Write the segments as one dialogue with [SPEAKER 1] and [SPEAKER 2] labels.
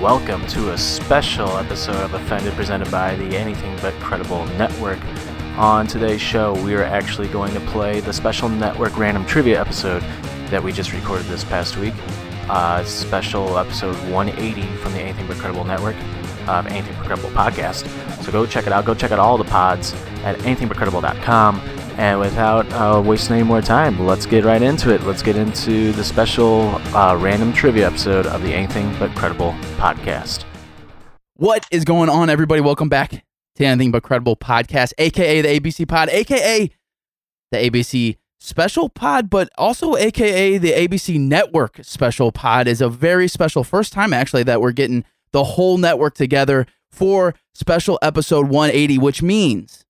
[SPEAKER 1] welcome to a special episode of Offended presented by the Anything But Credible Network. On today's show, we are actually going to play the special network random trivia episode that we just recorded this past week. Uh, it's special episode 180 from the Anything But Credible Network, uh, Anything But Credible podcast. So go check it out. Go check out all the pods at anythingbutcredible.com. And without uh, wasting any more time, let's get right into it. Let's get into the special uh, random trivia episode of the Anything But Credible podcast.
[SPEAKER 2] What is going on, everybody? Welcome back to Anything But Credible podcast, aka the ABC Pod, aka the ABC Special Pod, but also aka the ABC Network Special Pod is a very special first time actually that we're getting the whole network together for special episode 180, which means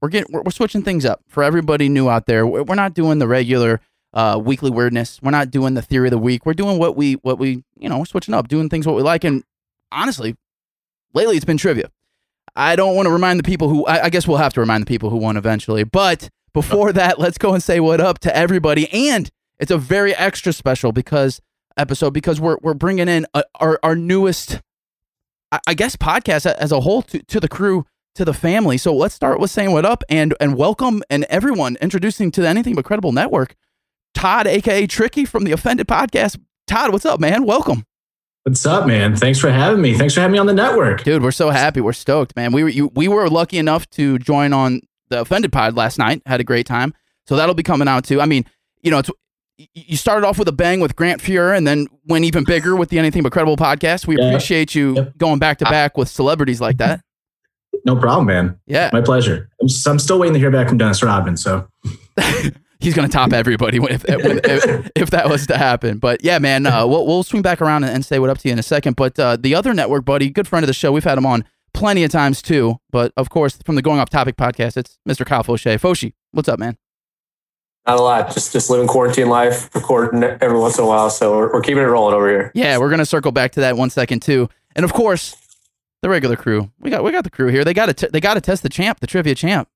[SPEAKER 2] we're getting we're, we're switching things up for everybody new out there. We're we're not doing the regular uh, weekly weirdness. We're not doing the theory of the week. We're doing what we what we you know we're switching up, doing things what we like. And honestly, lately it's been trivia. I don't want to remind the people who I, I guess we'll have to remind the people who won eventually. But before that, let's go and say what up to everybody. And it's a very extra special because episode because we're we're bringing in uh our our newest, I, I guess, podcast a- as a whole to, to the crew to the family. So let's start with saying what up and and welcome and everyone introducing to the Anything But Credible Network. Todd, aka Tricky from the Offended Podcast. Todd, what's up, man? Welcome,
[SPEAKER 3] What's up, man? Thanks for having me. Thanks for having me on the network.
[SPEAKER 2] dude. We're so happy. We're stoked, man. We were you, we were lucky enough to join on the Offended Pod last night. Had a great time. So that'll be coming out too. I mean, you know, it's y- you started off with a bang with Grant Fuhrer, and then went even bigger with the Anything But Credible podcast. We
[SPEAKER 3] Yeah.
[SPEAKER 2] appreciate you
[SPEAKER 3] Yep.
[SPEAKER 2] going back to back with celebrities like that.
[SPEAKER 3] No problem, man.
[SPEAKER 2] Yeah,
[SPEAKER 3] My pleasure. I'm, s am still waiting to hear back from Dennis Rodman. So
[SPEAKER 2] he's going to top everybody if, if, if, if that was to happen. But yeah, man, uh, we'll, we'll swing back around and, and say what up to you in a second. But uh, the other network buddy, good friend of the show, we've had him on plenty of times too. But of course, from the Going Off Topic podcast, it's Mr. Kyle Foshe. Foshi, what's up, man?
[SPEAKER 4] Not a lot. Just just living quarantine life, recording every once in a while. So we're, we're keeping it rolling over here.
[SPEAKER 2] Yeah, we're going to circle back to that in one second too. And of course, the regular crew. We got we got the crew here. They got to t- they got to test the champ, the trivia champ.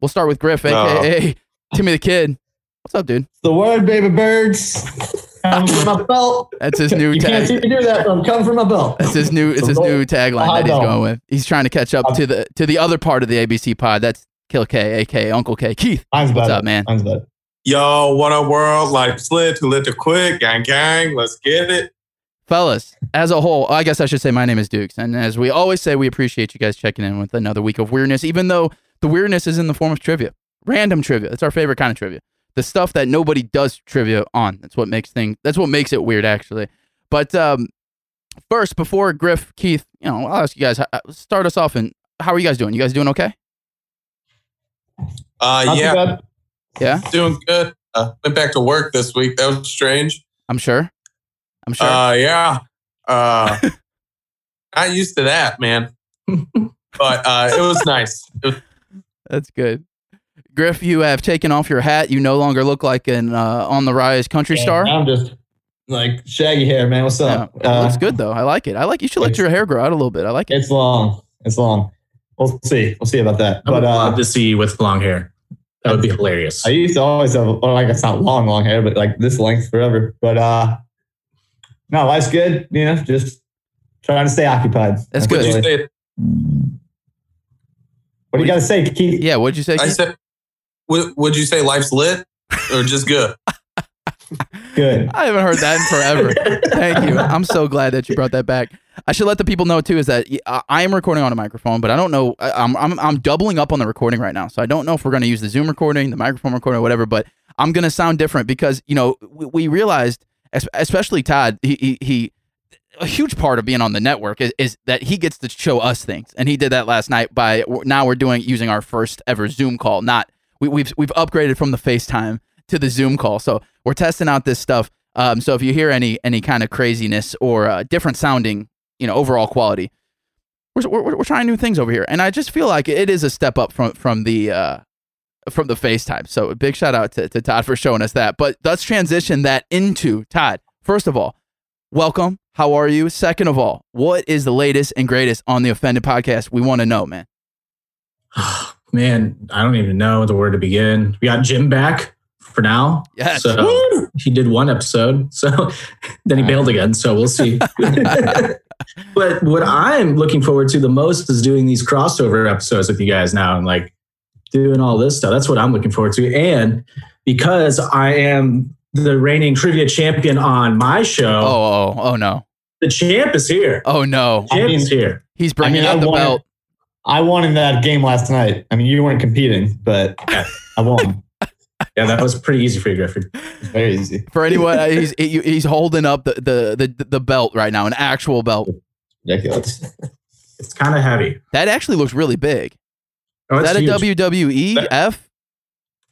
[SPEAKER 2] We'll start with Griff, aka Timmy the Kid. What's up, dude?
[SPEAKER 5] The word, baby birds. Come for my belt.
[SPEAKER 2] That's his new
[SPEAKER 5] You
[SPEAKER 2] tag.
[SPEAKER 5] can't see me do that from come for my belt.
[SPEAKER 2] That's his new. It's his new tagline that he's going with. He's trying to catch up to the to the other part of the ABC pod. That's Kill K, aka Uncle K. Keith,
[SPEAKER 5] Mine's better.
[SPEAKER 2] what's up, man?
[SPEAKER 5] Mine's better.
[SPEAKER 6] Yo, what up, world? Like slit, lit to quick, gang, gang. Let's get it.
[SPEAKER 2] Fellas, as a whole, I guess I should say my name is Dukes, and as we always say, we appreciate you guys checking in with another week of weirdness. Even though the weirdness is in the form of trivia, random trivia. It's our favorite kind of trivia. The stuff that nobody does trivia on. That's what makes things. That's what makes it weird, actually. But um, first, before Griff, Keith, you know, I'll ask you guys. h- uh, Start us off, and how are you guys doing? You guys doing okay?
[SPEAKER 6] Uh,
[SPEAKER 5] Not too
[SPEAKER 6] yeah,
[SPEAKER 5] bad.
[SPEAKER 2] Yeah,
[SPEAKER 6] doing good. Uh, went back to work this week. That was strange.
[SPEAKER 2] I'm sure. I'm sure.
[SPEAKER 6] Uh, yeah. Uh, not used to that, man. but uh, it was nice. It was-
[SPEAKER 2] That's good. Griff, you have taken off your hat. You no longer look like an uh, on the rise country
[SPEAKER 5] Yeah,
[SPEAKER 2] star.
[SPEAKER 5] I'm just like shaggy hair, man. What's
[SPEAKER 2] Yeah,
[SPEAKER 5] up?
[SPEAKER 2] it looks good though. I like it. I like. You should let
[SPEAKER 5] thanks.
[SPEAKER 2] your hair grow out a little bit. I like it.
[SPEAKER 5] It's long. It's long. We'll see. We'll see about that.
[SPEAKER 3] I would
[SPEAKER 5] But
[SPEAKER 3] love
[SPEAKER 5] uh,
[SPEAKER 3] to see you with long hair. That would be hilarious.
[SPEAKER 5] I used to always have, or like it's not long, long hair, but like this length forever. But uh, no, life's good. You know, just trying to stay occupied.
[SPEAKER 2] That's good.
[SPEAKER 6] what'd you
[SPEAKER 5] really-
[SPEAKER 6] say?
[SPEAKER 5] What do you got to say, Keith?
[SPEAKER 2] Yeah. What'd you say?
[SPEAKER 6] I
[SPEAKER 2] Keith?
[SPEAKER 6] said, would, would you say life's lit or just good?
[SPEAKER 5] Good.
[SPEAKER 2] I haven't heard that in forever. Thank you. I'm so glad that you brought that back. I should let the people know too is that I, I am recording on a microphone, but I don't know. I, I'm, I'm I'm doubling up on the recording right now, so I don't know if we're going to use the Zoom recording, the microphone recording, or whatever. But I'm going to sound different because you know we, we realized, es- especially Todd, he, he he a huge part of being on the network is, is that he gets to show us things, and he did that last night by now we're doing using our first ever Zoom call, not we, we've we've upgraded from the FaceTime to the Zoom call. So we're testing out this stuff. Um, so if you hear any any kind of craziness or uh, different sounding, you know, overall quality, we're, we're we're trying new things over here, and I just feel like it is a step up from from the uh, from the FaceTime. So a big shout out to, to Todd for showing us that. But let's transition that into Todd. First of all, welcome. How are you? Second of all, what is the latest and greatest on the Offended podcast? We want to know, man.
[SPEAKER 3] man, I don't even know the word to begin. We got Jim back for now.
[SPEAKER 2] Yes.
[SPEAKER 3] So he did one episode. So then he bailed again. So we'll see. but what I'm looking forward to the most is doing these crossover episodes with you guys now and like doing all this stuff. That's what I'm looking forward to. And because I am the reigning trivia champion on my show,
[SPEAKER 2] Oh, oh, oh no.
[SPEAKER 3] the champ is here.
[SPEAKER 2] Oh no.
[SPEAKER 5] I
[SPEAKER 3] champ
[SPEAKER 5] mean-
[SPEAKER 3] is here.
[SPEAKER 2] He's bringing
[SPEAKER 5] I
[SPEAKER 2] out the
[SPEAKER 5] won it.
[SPEAKER 2] belt.
[SPEAKER 5] I won in that game last night. I mean, you weren't competing, but
[SPEAKER 3] Yeah.
[SPEAKER 5] I won.
[SPEAKER 3] Yeah, that was pretty easy for you, Griffin.
[SPEAKER 5] It's very easy.
[SPEAKER 2] For anyone, uh, he's he, he's holding up the, the the the belt right now, an actual belt.
[SPEAKER 5] Ridiculous.
[SPEAKER 3] It's kind of heavy.
[SPEAKER 2] That actually looks really big.
[SPEAKER 3] Oh,
[SPEAKER 2] Is
[SPEAKER 3] it's
[SPEAKER 2] that a
[SPEAKER 3] huge.
[SPEAKER 2] WWE
[SPEAKER 3] That-
[SPEAKER 2] F?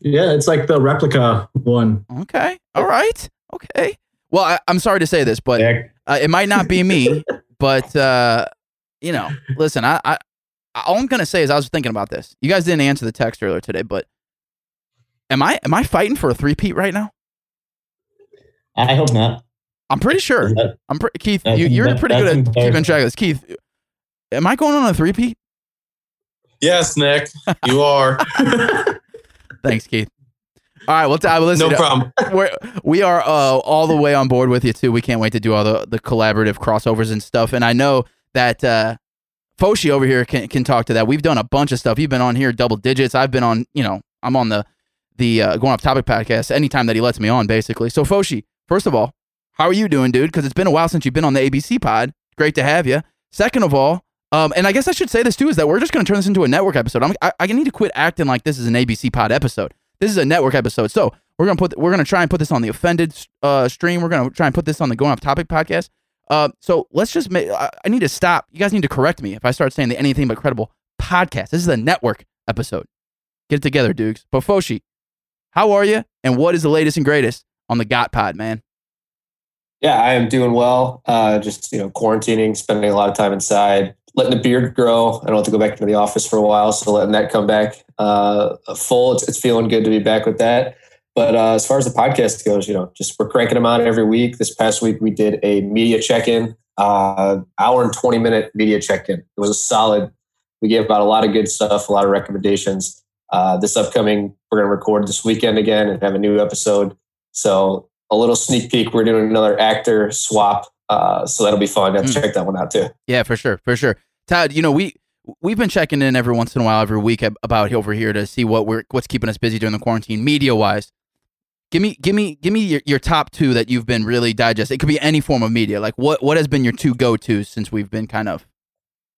[SPEAKER 3] Yeah, it's like the replica one.
[SPEAKER 2] Okay. All right. Okay. Well, I, I'm sorry to say this, but
[SPEAKER 5] Heck,
[SPEAKER 2] uh, it might not be me, but uh, you know, listen, I, I all I'm gonna say is I was thinking about this. You guys didn't answer the text earlier today, but am I am I fighting for a three-peat right now?
[SPEAKER 5] I hope not.
[SPEAKER 2] I'm pretty sure.
[SPEAKER 5] Is that-
[SPEAKER 2] I'm pretty Keith.
[SPEAKER 5] That's
[SPEAKER 2] You,
[SPEAKER 5] em-
[SPEAKER 2] you're
[SPEAKER 5] that-
[SPEAKER 2] pretty
[SPEAKER 5] that's
[SPEAKER 2] good at keeping
[SPEAKER 5] embarrassing.
[SPEAKER 2] track of this. Keith, am I going on a three-peat?
[SPEAKER 6] Yes, Nick, you are.
[SPEAKER 2] Thanks, Keith. All right, well, t- well, listen,
[SPEAKER 6] No problem.
[SPEAKER 2] we're, we are uh, all the way on board with you too. We can't wait to do all the, the collaborative crossovers and stuff. And I know that uh, Foshi over here can can talk to that. We've done a bunch of stuff. You've been on here double digits. I've been on. You know, I'm on the the uh, going off topic podcast anytime that he lets me on, basically. So Foshi, first of all, how are you doing, dude? Because it's been a while since you've been on the ABC pod. Great to have you. Second of all. Um, and I guess I should say this too is that we're just going to turn this into a network episode. I'm, I, I need to quit acting like this is an ABC pod episode. This is a network episode. So we're gonna put we're gonna try and put this on the offended uh, stream. We're gonna try and put this on the going off topic podcast. Uh, so let's just make. I, I need to stop. You guys need to correct me if I start saying the anything but credible podcast. This is a network episode. Get it together, Dukes. But Foshi, how are you? And what is the latest and greatest on the Got Pod, man?
[SPEAKER 4] Yeah, I am doing well. Uh, just you know, quarantining, spending a lot of time inside, letting the beard grow. I don't have to go back into the office for a while, so letting that come back uh, full. It's, it's feeling good to be back with that. But uh, as far as the podcast goes, you know, just we're cranking them out every week. This past week, we did a media check-in, uh, hour and twenty minute media check-in. It was a solid. We gave out a lot of good stuff, a lot of recommendations. Uh, this upcoming, we're going to record this weekend again and have a new episode. So a little sneak peek. We're doing another actor swap, uh, so that'll be fun. Have to
[SPEAKER 2] Mm.
[SPEAKER 4] check that one out too.
[SPEAKER 2] Yeah, for sure, for sure. Todd, you know we we've been checking in every once in a while, every week ab- about over here to see what we're what's keeping us busy during the quarantine, media wise. Give me, give me, give me your, your top two that you've been really digesting. It could be any form of media. Like what what has been your two go tos since we've been kind of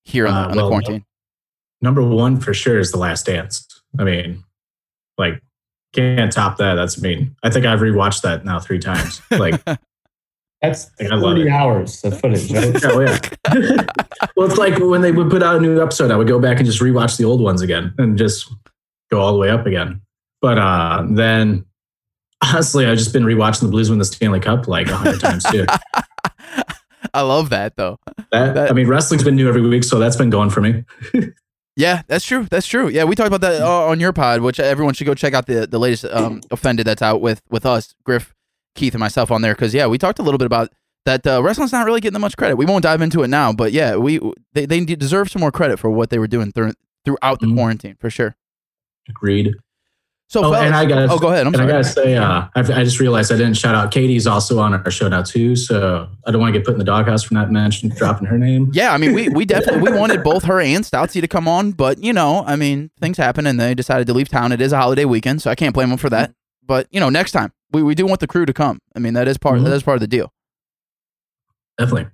[SPEAKER 2] here on, the
[SPEAKER 3] Uh,
[SPEAKER 2] on the
[SPEAKER 3] well,
[SPEAKER 2] quarantine?
[SPEAKER 3] Number one for sure is The Last Dance. I mean, like, can't top that. That's mean. I think I've rewatched that now three times. Like, oh,
[SPEAKER 5] That's
[SPEAKER 3] I love
[SPEAKER 5] 30
[SPEAKER 3] it.
[SPEAKER 5] hours of footage. Right?
[SPEAKER 3] oh, yeah. well, it's like when they would put out a new episode, I would go back and just rewatch the old ones again and just go all the way up again. But uh, then, honestly, I've just been rewatching the Blues win the Stanley Cup like a hundred times too.
[SPEAKER 2] I love that though.
[SPEAKER 3] That, I mean, wrestling's been new every week, so that's been going for me.
[SPEAKER 2] Yeah, that's true. That's true. Yeah, we talked about that uh, on your pod, which everyone should go check out the the latest um, offended that's out with with us, Griff, Keith, and myself on there. Because yeah, we talked a little bit about that. Uh, wrestling's not really getting that much credit. We won't dive into it now, but yeah, we they, they deserve some more credit for what they were doing through, throughout the
[SPEAKER 3] Mhm.
[SPEAKER 2] quarantine for sure.
[SPEAKER 3] Agreed.
[SPEAKER 2] So,
[SPEAKER 3] Oh,
[SPEAKER 2] fellas-
[SPEAKER 3] and I got
[SPEAKER 2] oh, go ahead. I'm
[SPEAKER 3] and I
[SPEAKER 2] sorry.
[SPEAKER 3] gotta say, uh, I've, I just realized I didn't shout out. Katie's also on our show now too, so I don't want to get put in the doghouse for not mentioning dropping her name.
[SPEAKER 2] yeah, I mean, we, we definitely we wanted both her and Stoutsy to come on, but you know, I mean, things happen and they decided to leave town. It is a holiday weekend, so I can't blame them for that. But you know, next time we, we do want the crew to come. I mean, that is part
[SPEAKER 3] Mhm.
[SPEAKER 2] that is part of the deal.
[SPEAKER 3] definitely.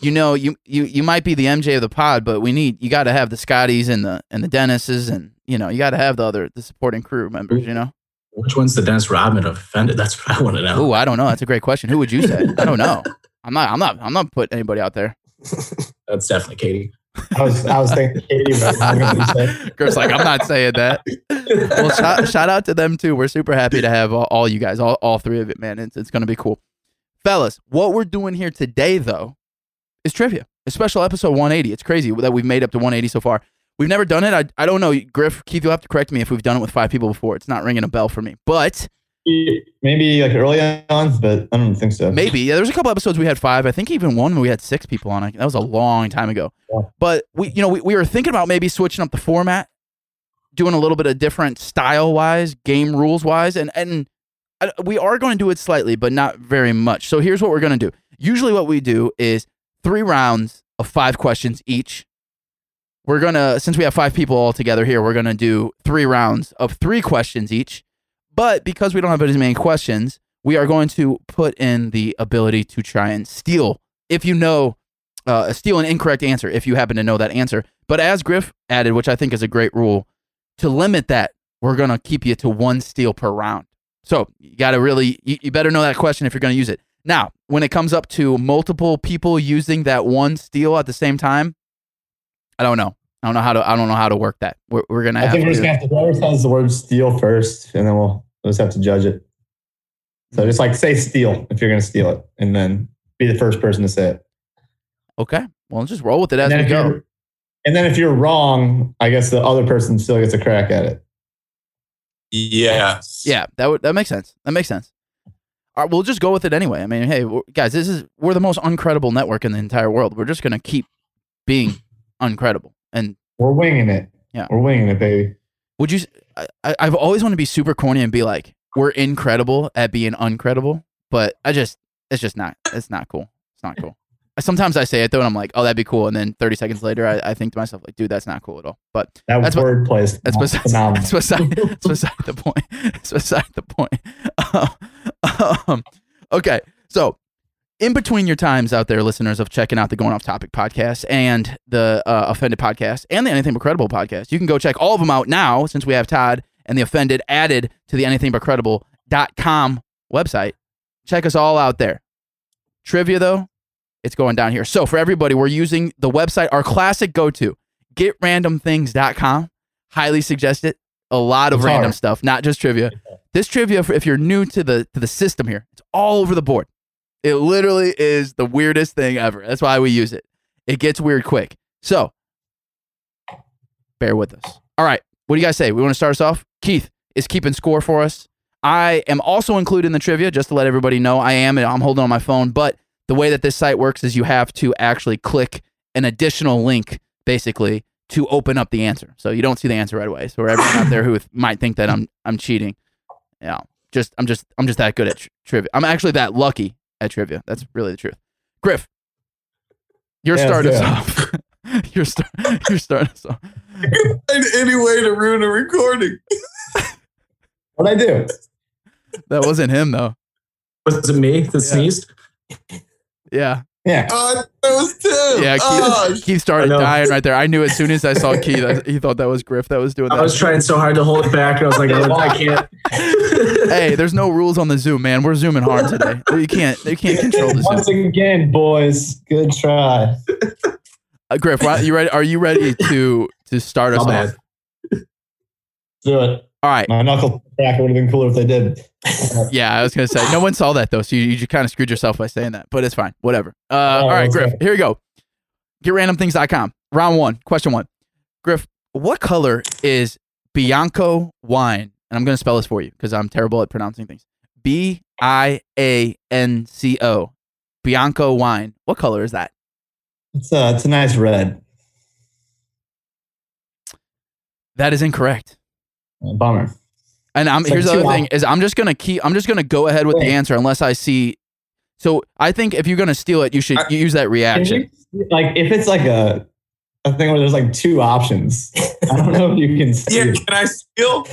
[SPEAKER 2] you know, you you you might be the MJ of the pod, but we need you got to have the Scotties and the and the Dennises, and you know, you got to have the other the supporting crew members. You know,
[SPEAKER 3] Which one's the Dennis Rodman offended? That's what I want to know.
[SPEAKER 2] oh, I don't know. That's a great question. Who would you say? I don't know. I'm not. I'm not. I'm not putting anybody out there.
[SPEAKER 3] That's definitely Katie.
[SPEAKER 5] I was, I was thinking 80, but I'm gonna say-
[SPEAKER 2] Griff's like, I'm not saying that. Well, shout, shout out to them too. We're super happy to have all, all you guys, all, all three of it, man. It's it's gonna be cool, fellas. What we're doing here today, though, is trivia. A special episode 180. It's crazy that we've made up to 180 so far. We've never done it. I, I don't know, Griff, Keith. You'll have to correct me if we've done it with five people before. It's not ringing a bell for me, but
[SPEAKER 5] Maybe like early on, but I don't think so.
[SPEAKER 2] Maybe. Yeah, there was a couple episodes we had five. I think even one we had six people on. it. That was a long time ago.
[SPEAKER 5] Yeah.
[SPEAKER 2] But we, you know, we, we were thinking about maybe switching up the format, doing a little bit of different style wise, game rules wise, and and I- we are going to do it slightly, but not very much. So here's what we're going to do. Usually, what we do is three rounds of five questions each. We're going to, since we have five people all together here, we're going to do three rounds of three questions each. But because we don't have as many questions, we are going to put in the ability to try and steal. If you know, uh, steal an incorrect answer, if you happen to know that answer. But as Griff added, which I think is a great rule, to limit that, we're going to keep you to one steal per round. So you got to really, you, you better know that question if you're going to use it. Now, when it comes up to multiple people using that one steal at the same time, I don't know. I don't know how to. I don't know how to work that. We're, we're gonna
[SPEAKER 5] I
[SPEAKER 2] have
[SPEAKER 5] think we're
[SPEAKER 2] to.
[SPEAKER 5] just gonna have to whoever says the word steal first, and then we'll we'll just have to judge it. So just like say steal if you're gonna steal it, and then be the first person to say it.
[SPEAKER 2] okay. Well, just roll with it as
[SPEAKER 5] and, then
[SPEAKER 2] we
[SPEAKER 5] if
[SPEAKER 2] go.
[SPEAKER 5] you're- and then if you're wrong, I guess the other person still gets a crack at it.
[SPEAKER 6] Yes.
[SPEAKER 2] Yeah, that would that makes sense. That makes sense. All right, we'll just go with it anyway. I mean, hey, we're- guys, this is we're the most uncredible network in the entire world. We're just gonna keep being uncredible. And
[SPEAKER 5] We're winging it.
[SPEAKER 2] Yeah.
[SPEAKER 5] we're winging it, baby.
[SPEAKER 2] would you? s- I, I- I've always wanted to be super corny and be like, we're incredible at being uncredible, but I just it's just not it's not cool. It's not cool. Sometimes I say it though, and I'm like, oh, that'd be cool, and then 30 seconds later, I, I think to myself like, dude, that's not cool at all. But
[SPEAKER 5] That
[SPEAKER 2] That's what-
[SPEAKER 5] word plays.
[SPEAKER 2] that's besides,
[SPEAKER 3] Um,
[SPEAKER 5] phenomenal.
[SPEAKER 2] that's beside, that's beside the point. That's beside the point. Um, okay, so in between your times out there, listeners of checking out the Going Off Topic podcast and the uh, Offended podcast and the Anything But Credible podcast, you can go check all of them out now since we have Todd and the Offended added to the Anything But Credible.com website. Check us all out there. Trivia, though, it's going down here. So for everybody, we're using the website, our classic go to, getrandomthings.com highly suggest it. A lot of
[SPEAKER 5] It's
[SPEAKER 2] random
[SPEAKER 5] hard.
[SPEAKER 2] stuff, not just trivia. This trivia, if you're new to the to the system here, it's all over the board. It literally is the weirdest thing ever. That's why we use it. It gets weird quick. So bear with us. All right. What do you guys say? We want to start us off? Keith is keeping score for us. I am also included in the trivia, just to let everybody know I am, and I'm holding on my phone. But the way that this site works is you have to actually click an additional link, basically, to open up the answer. So you don't see the answer right away. So everyone out there who th- might think that I'm I'm cheating, yeah, just I'm just I'm just that good at tr- trivia. I'm actually that lucky at trivia. That's really the truth. Griff, you're
[SPEAKER 5] Yeah,
[SPEAKER 2] starting us
[SPEAKER 5] yeah.
[SPEAKER 2] off. you're star- you're starting us off.
[SPEAKER 6] Find any way to ruin a recording.
[SPEAKER 5] What I do?
[SPEAKER 2] That wasn't him though.
[SPEAKER 3] Was it me that sneezed?
[SPEAKER 2] Yeah.
[SPEAKER 5] Yeah,
[SPEAKER 6] Oh, that was Tim.
[SPEAKER 2] Yeah, Keith,
[SPEAKER 5] Ah,
[SPEAKER 6] Oh,
[SPEAKER 2] Keith started
[SPEAKER 3] I know.
[SPEAKER 2] dying right there. I knew as soon as I saw Keith, I, he thought that was Griff that was doing that.
[SPEAKER 3] I was trying so hard to hold it back. I was like, oh, I can't.
[SPEAKER 2] hey, there's no rules on the Zoom, man. We're zooming hard today. You can't, you can't control the Zoom.
[SPEAKER 5] once again, boys. Good try.
[SPEAKER 2] Uh, Griff, why- you ready? Are you ready to to start us
[SPEAKER 3] My
[SPEAKER 2] off?
[SPEAKER 3] bad.
[SPEAKER 5] Do it.
[SPEAKER 2] All right.
[SPEAKER 5] My knuckle crack would have been cooler if they did.
[SPEAKER 2] Yeah, I was gonna say no one saw that though, so you, you kind of screwed yourself by saying that, but it's fine. Whatever. Uh, all right,
[SPEAKER 5] that's
[SPEAKER 2] Griff.
[SPEAKER 5] right.
[SPEAKER 2] Here we go. GetRandomThings.com. Round one. Question one. Griff, what color is Bianco wine? And I'm gonna spell this for you because I'm terrible at pronouncing things. B I A N C O. Bianco wine. What color is that?
[SPEAKER 5] It's a, it's a nice red.
[SPEAKER 2] That is incorrect.
[SPEAKER 5] Bummer.
[SPEAKER 2] And I'm
[SPEAKER 5] It's like
[SPEAKER 2] here's the
[SPEAKER 5] two
[SPEAKER 2] other thing is I'm just gonna keep I'm just gonna go ahead with the
[SPEAKER 5] Wait.
[SPEAKER 2] answer unless I see. So I think if you're gonna steal it, you should
[SPEAKER 6] I-
[SPEAKER 2] use that
[SPEAKER 5] Can
[SPEAKER 2] reaction.
[SPEAKER 5] you- like if it's like a a thing where there's like two options. I don't know if you can see.
[SPEAKER 6] yeah, can I steal?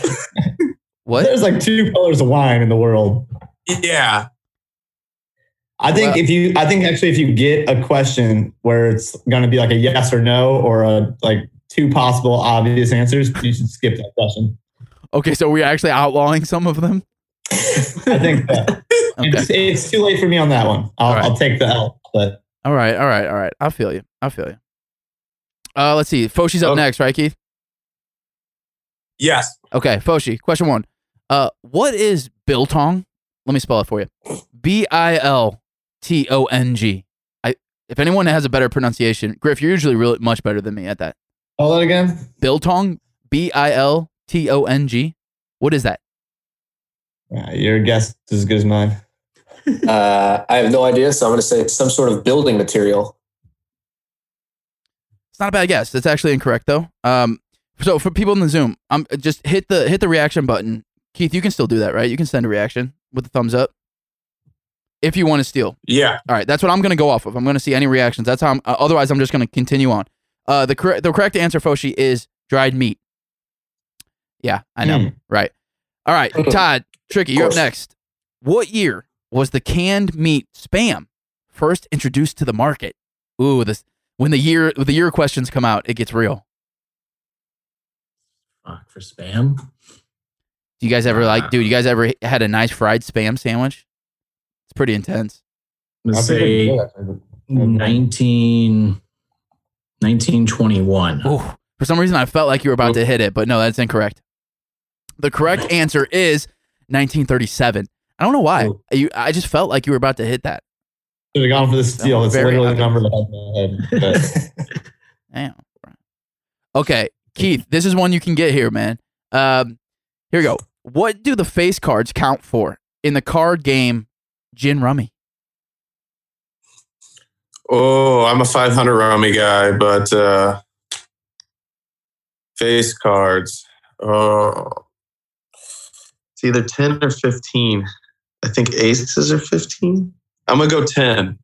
[SPEAKER 2] What?
[SPEAKER 5] There's like two colors of wine in the world.
[SPEAKER 6] Yeah.
[SPEAKER 5] I think
[SPEAKER 2] Well-
[SPEAKER 5] if you I think actually if you get a question where it's gonna be like a yes or no or a like two possible obvious answers, you should skip that question.
[SPEAKER 2] Okay, so we're actually outlawing some of them.
[SPEAKER 5] I think that
[SPEAKER 2] Okay.
[SPEAKER 5] it's, it's too late for me on that one. I'll,
[SPEAKER 2] All right.
[SPEAKER 5] I'll take the L, but
[SPEAKER 2] All right. All right. All right. I feel you. I feel you. Uh, let's see. Foshi's up
[SPEAKER 6] Okay.
[SPEAKER 2] next, right, Keith?
[SPEAKER 6] Yes.
[SPEAKER 2] Okay, Foshi. Question one. Uh, what is biltong? Let me spell it for you. B I L T O N G. I. If anyone has a better pronunciation, Griff, you're usually really much better than me at that.
[SPEAKER 5] all that again.
[SPEAKER 2] Biltong. B I L T O N G. What is that?
[SPEAKER 5] Yeah, your guess is as good as mine.
[SPEAKER 4] Uh, I have no idea, so I'm going to say some sort of building material.
[SPEAKER 2] It's not a bad guess. That's actually incorrect though. Um, so for people in the Zoom, um, just hit the hit the reaction button. Keith, you can still do that, right? You can send a reaction. with the thumbs up. If you want to steal,
[SPEAKER 6] Yeah.
[SPEAKER 2] all right, that's what I'm going to go off of. I'm going to see any reactions. That's how. I'm, uh, otherwise, I'm just going to continue on. Uh, the correct the correct answer, Foshi, is dried meat. Yeah, I know,
[SPEAKER 5] Mm.
[SPEAKER 2] right? All right, Todd, tricky. You're up
[SPEAKER 4] course.
[SPEAKER 2] next. What year was the canned meat spam first introduced to the market? Ooh, this when the year when the year questions come out, it gets real.
[SPEAKER 3] Fuck for spam.
[SPEAKER 2] Do you guys ever
[SPEAKER 3] Uh.
[SPEAKER 2] like, dude? You guys ever had a nice fried spam sandwich? It's pretty intense.
[SPEAKER 3] I'm
[SPEAKER 5] I
[SPEAKER 3] gonna
[SPEAKER 5] think I
[SPEAKER 3] say
[SPEAKER 5] did actually, but-
[SPEAKER 3] 19, 1921.
[SPEAKER 2] Ooh, for some reason, I felt like you were about to hit it, but no, that's incorrect. The correct answer is 1937. I don't know why.
[SPEAKER 3] Ooh.
[SPEAKER 2] You, I just felt like you were about to hit that.
[SPEAKER 5] Should have gone for the steal.
[SPEAKER 2] I'm
[SPEAKER 5] It's
[SPEAKER 2] very
[SPEAKER 5] literally the
[SPEAKER 2] happy.
[SPEAKER 5] number that I had in my head. But
[SPEAKER 2] Damn. Okay, Keith, this is one you can get here, man. Um, here we go. What do the face cards count for in the card game Gin Rummy?
[SPEAKER 6] Oh, I'm a 500 Rami guy, but uh, face cards. Oh, it's either 10 or 15. I think aces are 15. I'm gonna go 10.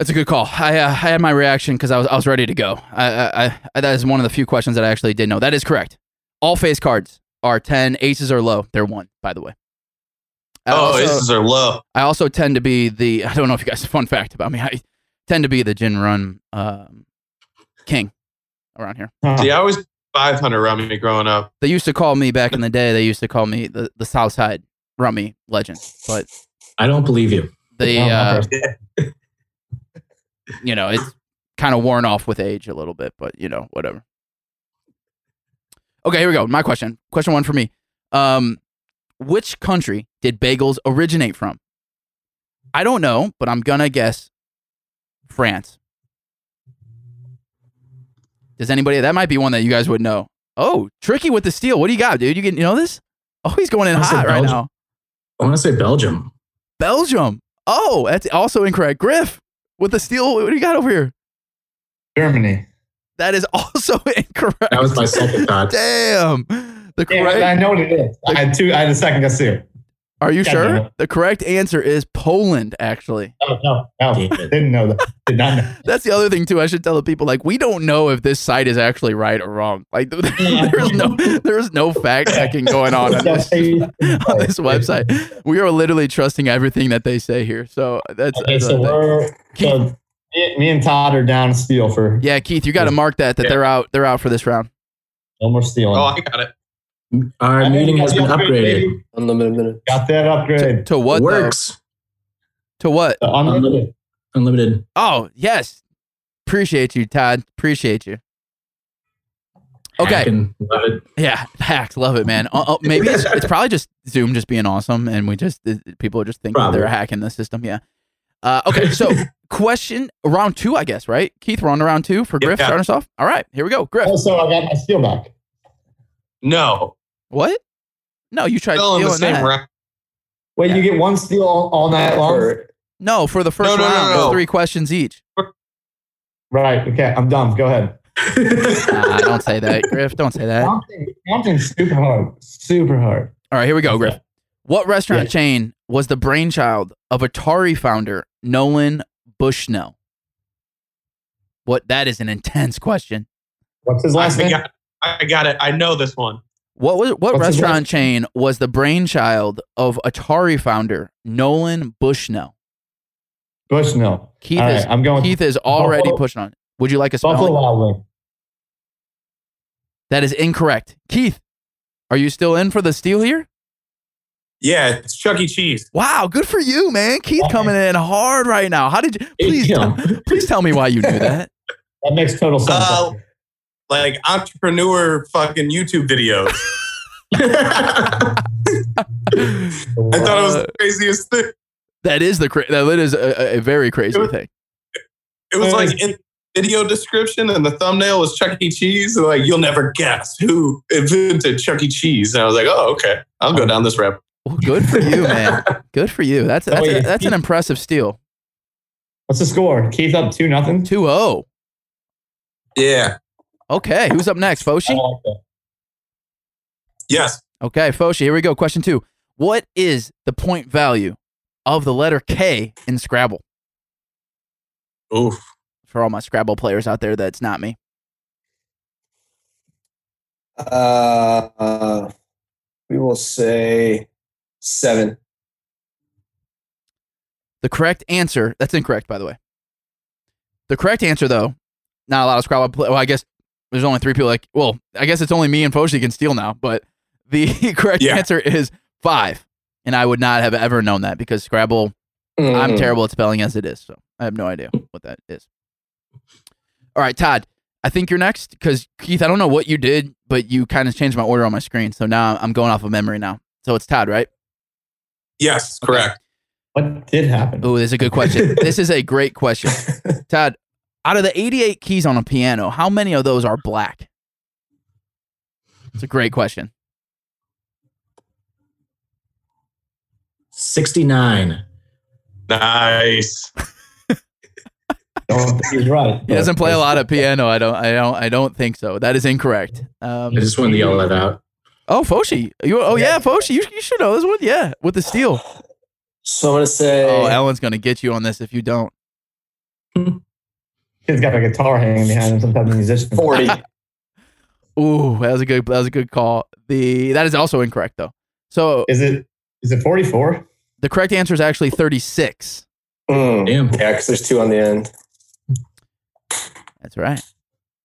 [SPEAKER 2] That's a good call. I, uh, I had my reaction because I was, I was ready to go. I, I, I, that is one of the few questions that I actually did know. That is correct. All face cards are 10. Aces are low. They're one, by the way. I
[SPEAKER 6] oh,
[SPEAKER 2] also-
[SPEAKER 6] aces are low.
[SPEAKER 2] I also tend to be the, I don't know if you guys, fun fact about me, I tend to be the gin run um, king around here.
[SPEAKER 5] Huh.
[SPEAKER 6] See, I was 500 Rami growing up.
[SPEAKER 2] They used to call me back in the day, they used to call me the, the Southside Rummy legend. But
[SPEAKER 3] I don't believe you.
[SPEAKER 2] the,
[SPEAKER 5] Wow,
[SPEAKER 2] uh,
[SPEAKER 5] okay.
[SPEAKER 2] you know, it's kind of worn off with age a little bit, but you know, whatever. Okay, here we go. My question. Question one for me. Um, which country did bagels originate from? I don't know, but I'm gonna guess France. Does anybody that might be one that you guys would know? Oh, tricky with the steel. What do you got, dude? You get you know this? Oh, he's going in
[SPEAKER 3] I said
[SPEAKER 2] hot right
[SPEAKER 3] Belgium.
[SPEAKER 2] now.
[SPEAKER 3] I want to say Belgium.
[SPEAKER 2] Belgium. Oh, that's also incorrect. Griff with the steel. What do you got over here?
[SPEAKER 5] Germany.
[SPEAKER 2] That is also incorrect.
[SPEAKER 3] That was my second thought.
[SPEAKER 2] Damn. The
[SPEAKER 5] Yeah,
[SPEAKER 2] correct.
[SPEAKER 5] I know what it is. I had two. I had a second guess too.
[SPEAKER 2] Are you
[SPEAKER 5] God
[SPEAKER 2] sure?
[SPEAKER 5] damn it.
[SPEAKER 2] The correct answer is Poland. Actually,
[SPEAKER 5] Oh no, no,
[SPEAKER 3] Damn it.
[SPEAKER 5] didn't know that. Did not know.
[SPEAKER 2] that's the other thing too. I should tell the people like we don't know if this site is actually right or wrong. Like there's no there's no fact checking going on on this, on this website. We are literally trusting everything that they say here. So that's,
[SPEAKER 5] Okay,
[SPEAKER 2] that's
[SPEAKER 5] so
[SPEAKER 2] what I think.
[SPEAKER 5] we're so me, me and Todd are down a steal for
[SPEAKER 2] yeah, Keith, you got to mark that that they're out they're out for this round.
[SPEAKER 5] no more stealing.
[SPEAKER 6] Oh, I got it.
[SPEAKER 3] Our
[SPEAKER 5] I think
[SPEAKER 3] meeting
[SPEAKER 5] we
[SPEAKER 3] has
[SPEAKER 5] got
[SPEAKER 3] been
[SPEAKER 5] the upgrade,
[SPEAKER 3] upgraded.
[SPEAKER 5] baby.
[SPEAKER 4] Unlimited minute.
[SPEAKER 5] Got that
[SPEAKER 2] To,
[SPEAKER 5] upgrade.
[SPEAKER 2] to what though?
[SPEAKER 3] Works.
[SPEAKER 2] To what?
[SPEAKER 5] The unlimited.
[SPEAKER 3] Unlimited.
[SPEAKER 2] Oh yes, appreciate you, Todd. Appreciate you. Okay.
[SPEAKER 3] Hacking. Love it.
[SPEAKER 2] Yeah, hacks love it, man. Uh, uh, maybe it's, it's probably just Zoom just being awesome, and we just it- people just think that
[SPEAKER 3] Probably.
[SPEAKER 2] they're hacking the system. Yeah. Uh, okay, so question round two, I guess, right? Keith, we're on to round two for Griff.
[SPEAKER 6] Yeah.
[SPEAKER 2] Starting us off. All right, here we go. Griff,
[SPEAKER 5] Oh, so I got my steal back.
[SPEAKER 6] No,
[SPEAKER 2] what? No, you tried
[SPEAKER 6] still in the
[SPEAKER 2] stealing
[SPEAKER 6] same
[SPEAKER 2] that.
[SPEAKER 6] round.
[SPEAKER 5] Wait, you get one steal all, all night long.
[SPEAKER 4] Or-
[SPEAKER 2] No, for the first
[SPEAKER 6] No, no, no,
[SPEAKER 2] round,
[SPEAKER 6] no.
[SPEAKER 2] it's three questions each.
[SPEAKER 5] Right. Okay, I'm dumb. Go ahead.
[SPEAKER 2] Nah, don't say that, Griff. Don't say that. All
[SPEAKER 5] Counting, counting's super hard. Super hard.
[SPEAKER 2] right, here we go, Griff. What restaurant chain was the brainchild of Atari founder Nolan Bushnell? What? That is an intense question.
[SPEAKER 5] What's his last
[SPEAKER 6] I
[SPEAKER 5] name?
[SPEAKER 6] got, I got it. I know this one.
[SPEAKER 2] What was what
[SPEAKER 5] What's his
[SPEAKER 2] restaurant chain was the brainchild of Atari founder Nolan Bushnell?
[SPEAKER 5] Bushnell.
[SPEAKER 2] Keith
[SPEAKER 5] all right,
[SPEAKER 2] is
[SPEAKER 5] I'm going
[SPEAKER 2] Keith is already
[SPEAKER 5] Buffalo-
[SPEAKER 2] pushing on. it. Would you like a spelling?
[SPEAKER 5] Buffalo Wild Wings.
[SPEAKER 2] That is incorrect. Keith, are you still in for the steal here?
[SPEAKER 6] Yeah, it's Chuck E. Cheese.
[SPEAKER 2] Wow, good for you, man. Keith
[SPEAKER 5] Okay.
[SPEAKER 2] coming in hard right now. How did you
[SPEAKER 5] Hey,
[SPEAKER 2] please
[SPEAKER 5] Jim,
[SPEAKER 2] tell, please tell me why you knew that?
[SPEAKER 5] that makes total sense.
[SPEAKER 6] Uh, Like entrepreneur fucking YouTube videos. I thought it was the craziest thing.
[SPEAKER 2] That is the cra- that is a, a- a very crazy thing.
[SPEAKER 6] It was like in the video description and the thumbnail was Chuck E. Cheese. And like, you'll never guess who invented Chuck E. Cheese. And I was like, oh, okay. I'll go down this route.
[SPEAKER 2] Well, good for you, man. Good for you. That's that's, a,
[SPEAKER 5] Wait,
[SPEAKER 2] that's an
[SPEAKER 5] Keith-
[SPEAKER 2] impressive steal.
[SPEAKER 5] What's the score? Keith up two nothing.
[SPEAKER 2] 2-0.
[SPEAKER 6] Yeah.
[SPEAKER 2] oh. Okay, who's up next?
[SPEAKER 5] I
[SPEAKER 2] Foshi?
[SPEAKER 5] like that.
[SPEAKER 6] Yes.
[SPEAKER 2] Okay, Foshi, here we go. Question two. What is the point value of the letter K in Scrabble?
[SPEAKER 6] Oof.
[SPEAKER 2] For all my Scrabble players out there, that's not me.
[SPEAKER 4] Uh, uh, we will say seven.
[SPEAKER 2] The correct answer, that's incorrect, by the way. The correct answer, though, not a lot of Scrabble play. Well, I guess there's only three people like, well, I guess it's only me and Foshi can steal now, but the correct
[SPEAKER 6] Yeah.
[SPEAKER 2] answer is five. And I would not have ever known that because Scrabble, I'm
[SPEAKER 4] Mm.
[SPEAKER 2] terrible at spelling as it is. So I have no idea what that is. All right, Todd, I think you're next because Keith, I don't know what you did, but you kind of changed my order on my screen. So now I'm going off of memory now. So it's Todd, right?
[SPEAKER 6] Yes,
[SPEAKER 2] Okay.
[SPEAKER 6] correct.
[SPEAKER 5] What did happen?
[SPEAKER 2] Oh, this is a good question. this is a great question. Todd, out of the 88 keys on a piano, how many of those are black? It's a great question.
[SPEAKER 3] 69.
[SPEAKER 6] Nice.
[SPEAKER 5] Don't think Oh, he's right.
[SPEAKER 2] He doesn't play a lot of piano. I don't I don't I don't think so. That is incorrect. Um,
[SPEAKER 3] I just wanted to yell that out.
[SPEAKER 2] oh, Foshi. You oh yeah, Foshi. You, you should know this one. Yeah, with the steel.
[SPEAKER 4] So I'm gonna say.
[SPEAKER 2] Oh, Ellen's going to get you on this if you don't.
[SPEAKER 5] He's got a guitar hanging behind him. Some type of musician.
[SPEAKER 4] 40.
[SPEAKER 2] Ooh, that was a good that was a good call. The that is also incorrect though. So
[SPEAKER 5] Is it? Is it forty-four?
[SPEAKER 2] the correct answer is actually 36.
[SPEAKER 4] Mm.
[SPEAKER 3] Damn.
[SPEAKER 4] Yeah, because there's two on the end.
[SPEAKER 2] That's right.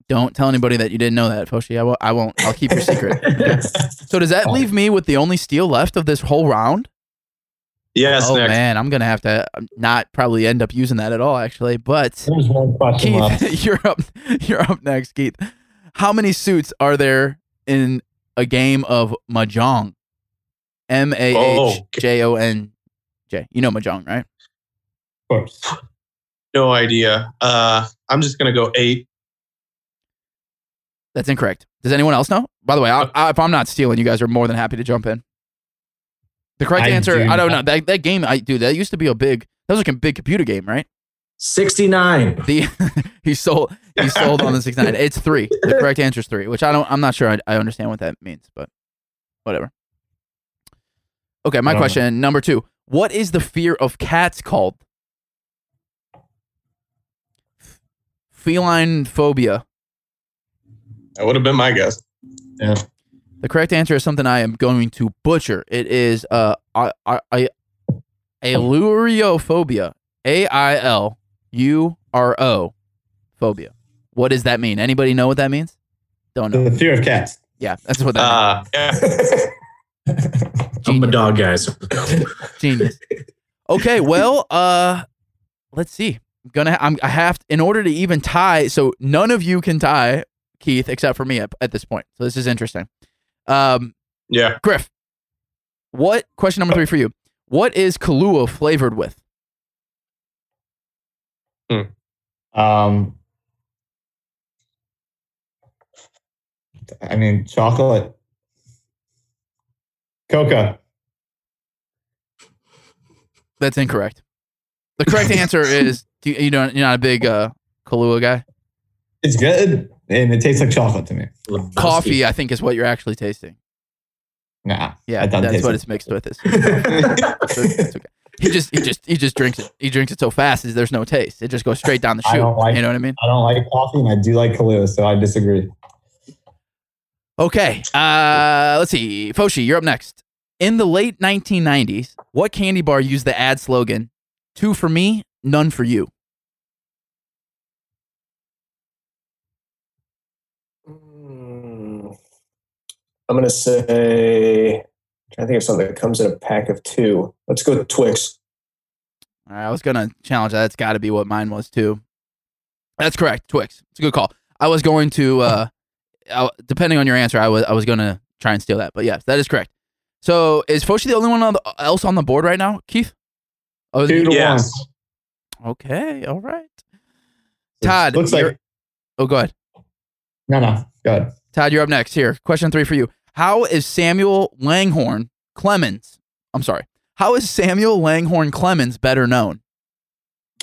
[SPEAKER 2] Don't tell anybody that you didn't know that, Foshi. I won't. I won't. I'll keep your secret. So does
[SPEAKER 5] Oh.
[SPEAKER 2] that leave me with the only steal left of this whole round?
[SPEAKER 6] Yes,
[SPEAKER 2] oh
[SPEAKER 6] next.
[SPEAKER 2] man, I'm gonna have to um, not probably end up using that at all, actually. But
[SPEAKER 5] There's one question left.
[SPEAKER 2] Keith, you're up. You're up next, Keith. How many suits are there in a game of mahjong? M a
[SPEAKER 6] Oh.
[SPEAKER 2] h j o n j. You know mahjong, right?
[SPEAKER 5] Of course.
[SPEAKER 6] No idea. Uh, I'm just gonna go eight.
[SPEAKER 2] That's incorrect. Does anyone else know? By the way, I, I, if I'm not stealing, you guys are more than happy to jump in. The correct
[SPEAKER 5] I
[SPEAKER 2] answer,
[SPEAKER 5] do
[SPEAKER 2] I don't know.
[SPEAKER 5] not-
[SPEAKER 2] That, that game, I dude, that used to be a big, that was like a big computer game, right?
[SPEAKER 3] 69.
[SPEAKER 2] The he sold he sold on the six nine. It's three. The correct answer is three, which I don't. I'm not sure. I, I understand what that means, but whatever. Okay,
[SPEAKER 5] I
[SPEAKER 2] my
[SPEAKER 5] don't
[SPEAKER 2] question number two: What is the fear of cats called? Feline phobia.
[SPEAKER 6] That would have been my guess.
[SPEAKER 2] The correct answer is something I am going to butcher. It is uh, I, I, I, allurophobia. A I L U R O phobia. What does that mean? Anybody know what that means? Don't know.
[SPEAKER 5] The fear of cats.
[SPEAKER 2] Yeah, that's what that
[SPEAKER 6] Uh, yeah.
[SPEAKER 3] I'm a
[SPEAKER 2] Genius.
[SPEAKER 3] dog, guys.
[SPEAKER 2] means. Genius. Okay, well, uh, let's see. I'm gonna, I'm, I have in order to even tie. So none of you can tie Keith except for me at, at this point. So this is interesting. Um,
[SPEAKER 6] yeah.
[SPEAKER 2] Griff, what question number three for you? What is Kahlua flavored with?
[SPEAKER 5] Um, I mean, chocolate, coca.
[SPEAKER 2] That's incorrect. The correct answer is do you, you don't you're not a big uh, Kahlua guy.
[SPEAKER 5] It's good, and it tastes like chocolate to me.
[SPEAKER 2] Coffee, I think, is what you're actually tasting.
[SPEAKER 5] Nah,
[SPEAKER 2] Yeah,
[SPEAKER 5] That doesn't
[SPEAKER 2] that's
[SPEAKER 5] taste
[SPEAKER 2] what
[SPEAKER 5] like-
[SPEAKER 2] it's mixed with. Is so it's okay. He just he just he just drinks it. He drinks it so fast is there's no taste. It just goes straight down the
[SPEAKER 5] I
[SPEAKER 2] chute.
[SPEAKER 5] don't like
[SPEAKER 2] you know what I mean?
[SPEAKER 5] I don't like coffee, and I do like Kahlua, so I disagree.
[SPEAKER 2] Okay. Uh, let's see. Foshi, you're up next. In the late 1990s, what candy bar used the ad slogan two for me, none for you?
[SPEAKER 4] Mm. I'm gonna say. I think of something that comes in a pack of two. Let's go with Twix.
[SPEAKER 2] All right, I was gonna challenge that. That's got to be what mine was too. That's correct, Twix. It's a good call. I was going to, uh, I- depending on your answer, I was I was gonna try and steal that. But yes, that is correct. So is Foshi the only one on the, else on the board right now, Keith? Oh,
[SPEAKER 5] Two to
[SPEAKER 6] Yes.
[SPEAKER 2] you- okay, all right.
[SPEAKER 5] one.
[SPEAKER 2] Todd,
[SPEAKER 5] looks
[SPEAKER 2] you're-
[SPEAKER 5] like
[SPEAKER 2] Oh, go ahead,
[SPEAKER 5] no, no. Go ahead.
[SPEAKER 2] Todd. You're up next. Here, question three for you. How is Samuel Langhorn Clemens? I'm sorry. How is Samuel Langhorn Clemens better known?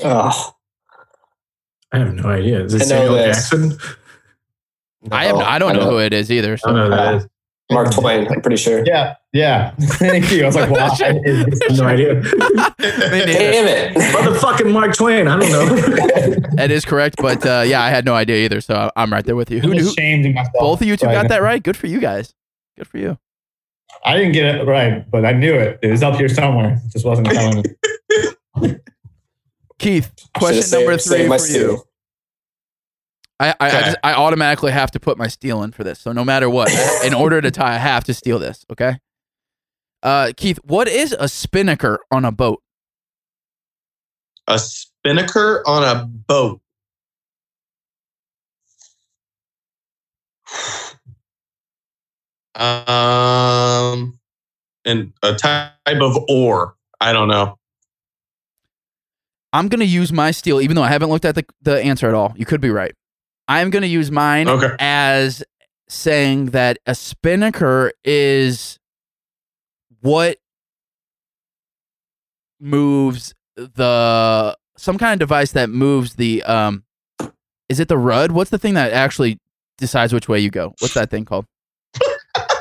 [SPEAKER 4] Oh,
[SPEAKER 3] I have no idea. Is it
[SPEAKER 4] I know
[SPEAKER 3] Samuel
[SPEAKER 4] this.
[SPEAKER 3] Jackson?
[SPEAKER 2] I have I don't know who it is either.
[SPEAKER 3] I don't
[SPEAKER 2] So
[SPEAKER 3] know who that is.
[SPEAKER 4] Mark Twain, I'm pretty sure.
[SPEAKER 5] Yeah, yeah. Thank you. I was like, wow.
[SPEAKER 3] no idea.
[SPEAKER 2] They named it.
[SPEAKER 4] Damn it.
[SPEAKER 3] Motherfucking Mark Twain. I don't know.
[SPEAKER 2] That is correct, but uh, yeah, I had no idea either, so I- I'm right there with you. Who
[SPEAKER 5] I'm
[SPEAKER 2] knew?
[SPEAKER 5] ashamed of myself.
[SPEAKER 2] Both of you two
[SPEAKER 5] Right.
[SPEAKER 2] got that right. Good for you guys. Good for you.
[SPEAKER 5] I didn't get it right, but I knew it. It was up here somewhere. It just wasn't telling me.
[SPEAKER 2] Keith,
[SPEAKER 4] Should've
[SPEAKER 2] question
[SPEAKER 4] saved-
[SPEAKER 2] number three
[SPEAKER 4] saved my
[SPEAKER 2] for you.
[SPEAKER 4] steal.
[SPEAKER 2] I, I, I,
[SPEAKER 5] Okay.
[SPEAKER 2] just, I automatically have to put my steal in for this. So no matter what, in order to tie, I have to steal this. Okay. Uh, Keith, what is a spinnaker on a boat?
[SPEAKER 6] A spinnaker on a boat. Um, and a type of oar. I don't know.
[SPEAKER 2] I'm gonna use my steal, even though I haven't looked at the, the answer at all. You could be right. I'm gonna use mine
[SPEAKER 6] Okay.
[SPEAKER 2] as saying that a spinnaker is what moves the some kind of device that moves the um is it the rud? What's the thing that actually decides which way you go? What's that thing called?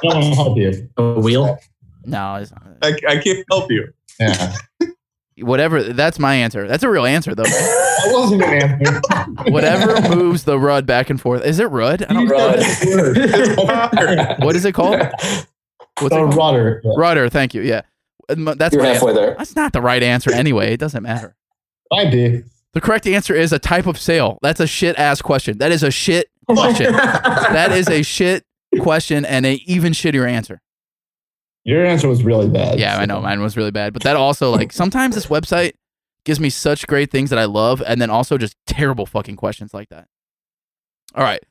[SPEAKER 5] No one will help you.
[SPEAKER 3] A wheel.
[SPEAKER 2] No, it's not.
[SPEAKER 6] I, I can't help you.
[SPEAKER 5] Yeah.
[SPEAKER 2] whatever. That's my answer. That's a real answer though.
[SPEAKER 5] That wasn't an answer.
[SPEAKER 2] whatever moves the rud back and forth. Is it rud? I don't,
[SPEAKER 4] Rod.
[SPEAKER 2] what is it called? What's it
[SPEAKER 5] the
[SPEAKER 2] called?
[SPEAKER 5] rudder.
[SPEAKER 2] Rudder. Thank you. Yeah, Um, that's
[SPEAKER 4] You're
[SPEAKER 2] my answer.
[SPEAKER 4] halfway there.
[SPEAKER 2] that's not the right answer anyway. It doesn't matter.
[SPEAKER 5] Might be.
[SPEAKER 2] The correct answer is a type of sail. That's a shit ass question. That is a shit question. that is a shit question and an even shittier answer.
[SPEAKER 5] Your answer was really bad.
[SPEAKER 2] Yeah, I know mine was really bad, but that also like sometimes this website gives me such great things that I love, and then also just terrible fucking questions like that. All right,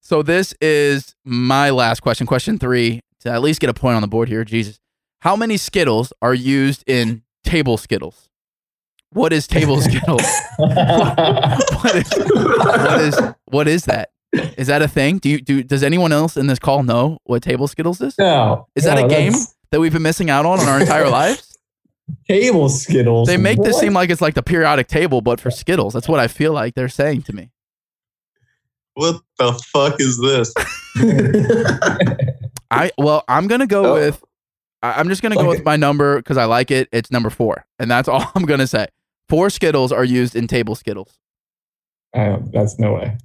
[SPEAKER 2] so this is my last question, question three, to at least get a point on the board here. Jesus, how many Skittles are used in table Skittles? What is table Skittles? what, is, what is what is that? Is that a thing? Do you do? Does anyone else in this call know what table Skittles is?
[SPEAKER 5] no.
[SPEAKER 2] Is that
[SPEAKER 5] no,
[SPEAKER 2] a game
[SPEAKER 5] that's
[SPEAKER 2] that we've been missing out on in our entire lives?
[SPEAKER 5] Table Skittles.
[SPEAKER 2] They make this
[SPEAKER 5] What?
[SPEAKER 2] seem like it's like the periodic table, but for Skittles. That's what I feel like they're saying to me.
[SPEAKER 6] What the fuck is this?
[SPEAKER 2] I well, I'm gonna go
[SPEAKER 4] Oh.
[SPEAKER 2] with. I- I'm just gonna go
[SPEAKER 5] Okay.
[SPEAKER 2] with my number because I like it. It's number four, and that's all I'm gonna say. Four Skittles are used in table Skittles.
[SPEAKER 5] Uh, that's no way.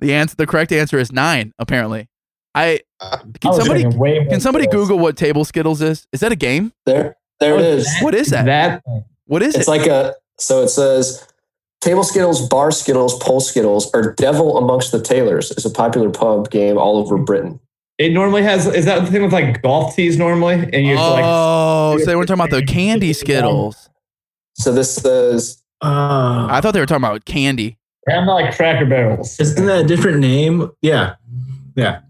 [SPEAKER 2] The answer, the correct answer is nine. Apparently, I
[SPEAKER 5] I
[SPEAKER 2] can
[SPEAKER 5] was
[SPEAKER 2] somebody
[SPEAKER 5] thinking way more
[SPEAKER 2] can somebody
[SPEAKER 5] Skittles.
[SPEAKER 2] Google what table Skittles is? Is that a game?
[SPEAKER 4] There, there it is.
[SPEAKER 2] What is that?
[SPEAKER 5] That thing.
[SPEAKER 2] What is
[SPEAKER 4] It's
[SPEAKER 2] it?
[SPEAKER 4] like a so it says table skittles, bar skittles, pole skittles, or devil amongst the tailors is a popular pub game all over Britain.
[SPEAKER 5] It normally has. Is that the thing with like golf tees normally? And you have
[SPEAKER 2] Oh, so they were talking about the
[SPEAKER 5] you-
[SPEAKER 2] candy Skittles.
[SPEAKER 4] So this says
[SPEAKER 3] Uh,
[SPEAKER 2] I thought they were talking about candy.
[SPEAKER 5] to like. I'm like Cracker Barrels.
[SPEAKER 3] isn't that a different name? Yeah. Yeah.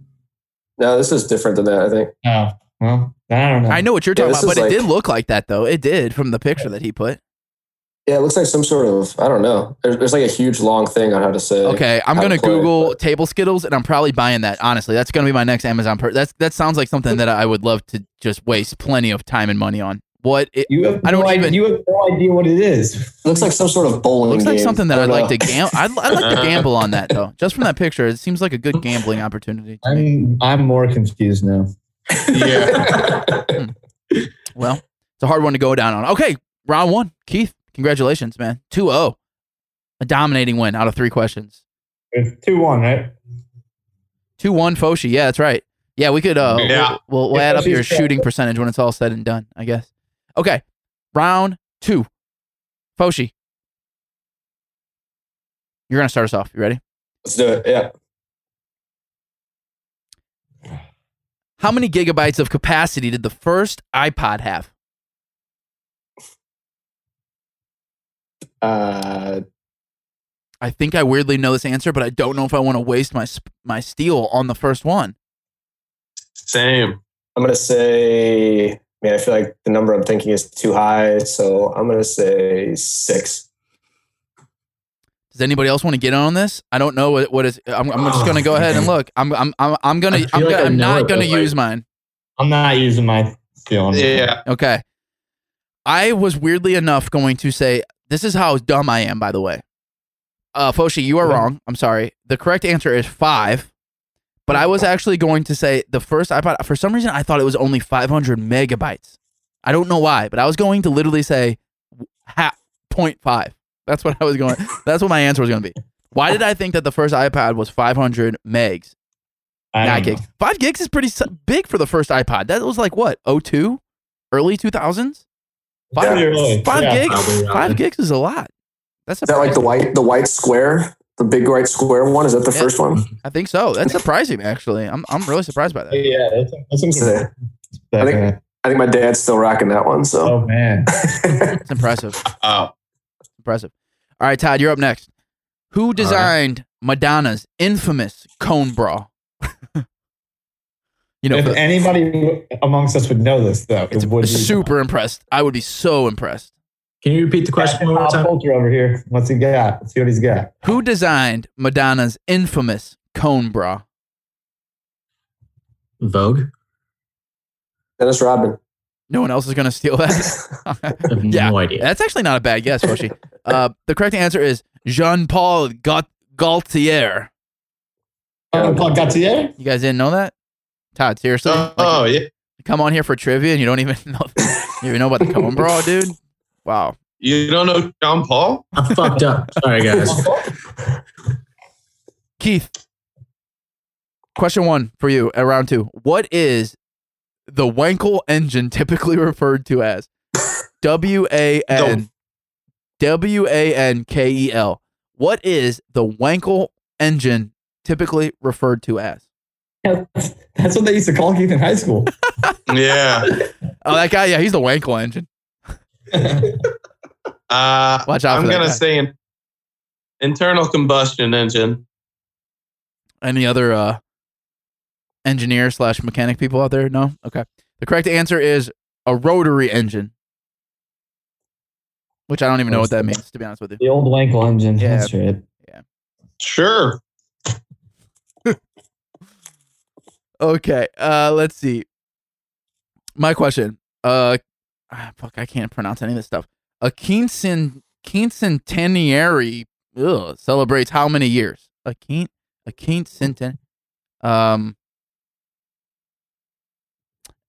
[SPEAKER 4] no, this is different than that. I think
[SPEAKER 5] No. Oh, Well, I don't know.
[SPEAKER 2] I know what you're
[SPEAKER 4] Yeah,
[SPEAKER 2] talking
[SPEAKER 4] this
[SPEAKER 2] about, but
[SPEAKER 4] is
[SPEAKER 2] it did
[SPEAKER 4] like-
[SPEAKER 2] look like that though. It did from the picture that he put.
[SPEAKER 4] yeah, it looks like some sort of I don't know. There- There's like a huge long thing on how to say.
[SPEAKER 2] Okay, I'm
[SPEAKER 4] how
[SPEAKER 2] gonna
[SPEAKER 4] to play it,
[SPEAKER 2] Google
[SPEAKER 4] but-
[SPEAKER 2] table skittles, and I'm probably buying that. Honestly, that's gonna be my next Amazon. Per- that's that sounds like something that I would love to just waste plenty of time and money on. What it
[SPEAKER 5] You have,
[SPEAKER 2] I don't
[SPEAKER 5] no idea,
[SPEAKER 2] even-
[SPEAKER 5] you have no idea what it is.
[SPEAKER 4] It looks like some sort of bowling.
[SPEAKER 2] looks like
[SPEAKER 4] game.
[SPEAKER 2] something that
[SPEAKER 4] I
[SPEAKER 2] I'd
[SPEAKER 4] don't
[SPEAKER 2] like
[SPEAKER 4] know.
[SPEAKER 2] to gamble. I'd, I'd like to gamble on that though. Just from that picture, it seems like a good gambling opportunity. To me.
[SPEAKER 5] I'm I'm more confused now.
[SPEAKER 6] Yeah.
[SPEAKER 2] Well, it's a hard one to go down on. Okay, round one, Keith. Congratulations, man. 2-0. a dominating win out of three questions.
[SPEAKER 5] It's two one, right?
[SPEAKER 2] Two one Foshi. Yeah, that's right. Yeah, we could. Uh,
[SPEAKER 6] Yeah.
[SPEAKER 2] We'll, we'll
[SPEAKER 5] Yeah,
[SPEAKER 2] add up your
[SPEAKER 5] Foshi's got-
[SPEAKER 2] shooting percentage when it's all said and done. I guess. Okay, round two. Foshi, you're gonna start us off. You ready?
[SPEAKER 4] Let's do it. Yeah.
[SPEAKER 2] How many gigabytes of capacity did the first iPod have?
[SPEAKER 4] Uh,
[SPEAKER 2] I think I weirdly know this answer, but I don't know if I want to waste my sp- my steel on the first one.
[SPEAKER 6] Same.
[SPEAKER 4] I'm gonna say. Man, I feel like the number I'm thinking is too high, so I'm gonna say six.
[SPEAKER 2] Does anybody else want to get in on this? I don't know what what is. I'm, I'm just gonna go ahead and look. I'm I'm I'm, I'm gonna
[SPEAKER 3] I
[SPEAKER 2] I'm,
[SPEAKER 3] feel like
[SPEAKER 2] gonna,
[SPEAKER 3] I
[SPEAKER 2] I'm
[SPEAKER 3] know
[SPEAKER 2] not
[SPEAKER 3] it,
[SPEAKER 2] gonna
[SPEAKER 3] but, like-
[SPEAKER 2] use mine.
[SPEAKER 5] I'm not using my feeling.
[SPEAKER 6] Yeah.
[SPEAKER 2] Okay. I was weirdly enough going to say this is how dumb I am, by the way. Uh Foshi, you are
[SPEAKER 5] Okay.
[SPEAKER 2] wrong. I'm sorry. The correct answer is five. But I was actually going to say the first iPod, for some reason, I thought it was only 500 megabytes. I don't know why, but I was going to literally say half, 0.5. That's what I was going. That's what my answer was going to be. Why did I think that the first iPod was 500 megs?
[SPEAKER 5] I
[SPEAKER 2] Not
[SPEAKER 5] don't know.
[SPEAKER 2] gigs. Five gigs is pretty s- big for the first iPod. That was like what, 02? Early 2000s? Five,
[SPEAKER 5] Pretty early.
[SPEAKER 2] five
[SPEAKER 5] Yeah.
[SPEAKER 2] gigs?
[SPEAKER 3] probably around
[SPEAKER 2] Five
[SPEAKER 3] then.
[SPEAKER 2] gigs is a lot. That's
[SPEAKER 4] Is that like the white the white square, the big white square one? Is that the
[SPEAKER 2] Yeah.
[SPEAKER 4] first one?
[SPEAKER 2] I think so. That's surprising, actually. I'm, I'm really surprised by that.
[SPEAKER 5] Yeah, that's, that's
[SPEAKER 4] It's
[SPEAKER 5] something.
[SPEAKER 4] a- I think- I think my dad's still rocking that one. So
[SPEAKER 5] oh man,
[SPEAKER 2] It's impressive.
[SPEAKER 6] Oh,
[SPEAKER 2] Impressive. All right, Todd, you're up next. Who designed Madonna's infamous cone bra? you know,
[SPEAKER 5] if
[SPEAKER 2] the-
[SPEAKER 5] anybody amongst us would know this, though,
[SPEAKER 2] it's
[SPEAKER 5] it would be
[SPEAKER 2] super impressed. I would be so impressed.
[SPEAKER 3] Can you repeat the question one more
[SPEAKER 5] Pop
[SPEAKER 3] time?
[SPEAKER 5] culture over here. What's he got? Let's see what he's got.
[SPEAKER 2] Who designed Madonna's infamous cone bra?
[SPEAKER 3] Vogue.
[SPEAKER 4] Dennis Rodman.
[SPEAKER 2] No one else is going to steal that.
[SPEAKER 3] I have
[SPEAKER 2] Yeah.
[SPEAKER 3] no idea.
[SPEAKER 2] That's actually not a bad guess, Roshi. uh, the correct answer is Jean Paul Gaultier.
[SPEAKER 5] Oh, Paul Gaultier?
[SPEAKER 2] You guys didn't know that? Todd, seriously?
[SPEAKER 6] oh,
[SPEAKER 2] Like,
[SPEAKER 6] oh, yeah.
[SPEAKER 2] come on here for trivia and you don't even know you even know about the cone bra, dude? Wow.
[SPEAKER 6] You don't know John Paul?
[SPEAKER 3] I fucked up. Sorry, guys.
[SPEAKER 2] Keith, question one for you at round two. What is the Wankel engine typically referred to as? W A N W A N K E L. What is the Wankel engine typically referred to as?
[SPEAKER 5] That's that's what they used to call Keith in high school.
[SPEAKER 6] Yeah.
[SPEAKER 2] Oh, that guy, yeah, he's the Wankel engine.
[SPEAKER 6] Uh,
[SPEAKER 2] Watch out for
[SPEAKER 6] I'm
[SPEAKER 2] that
[SPEAKER 6] going to
[SPEAKER 2] guy.
[SPEAKER 6] say an internal combustion engine.
[SPEAKER 2] Any other uh, engineer slash mechanic people out there? No? Okay. The correct answer is a rotary engine, which I don't even know what that means, to be honest with you.
[SPEAKER 5] the old Wankel engine.
[SPEAKER 2] Yeah.
[SPEAKER 5] That's right.
[SPEAKER 6] Sure.
[SPEAKER 2] Okay. Uh, let's see. My question. Uh, ah, fuck, I can't pronounce any of this stuff. A quincean quincentenary ugh, celebrates how many years? A quin a quincenten. Um,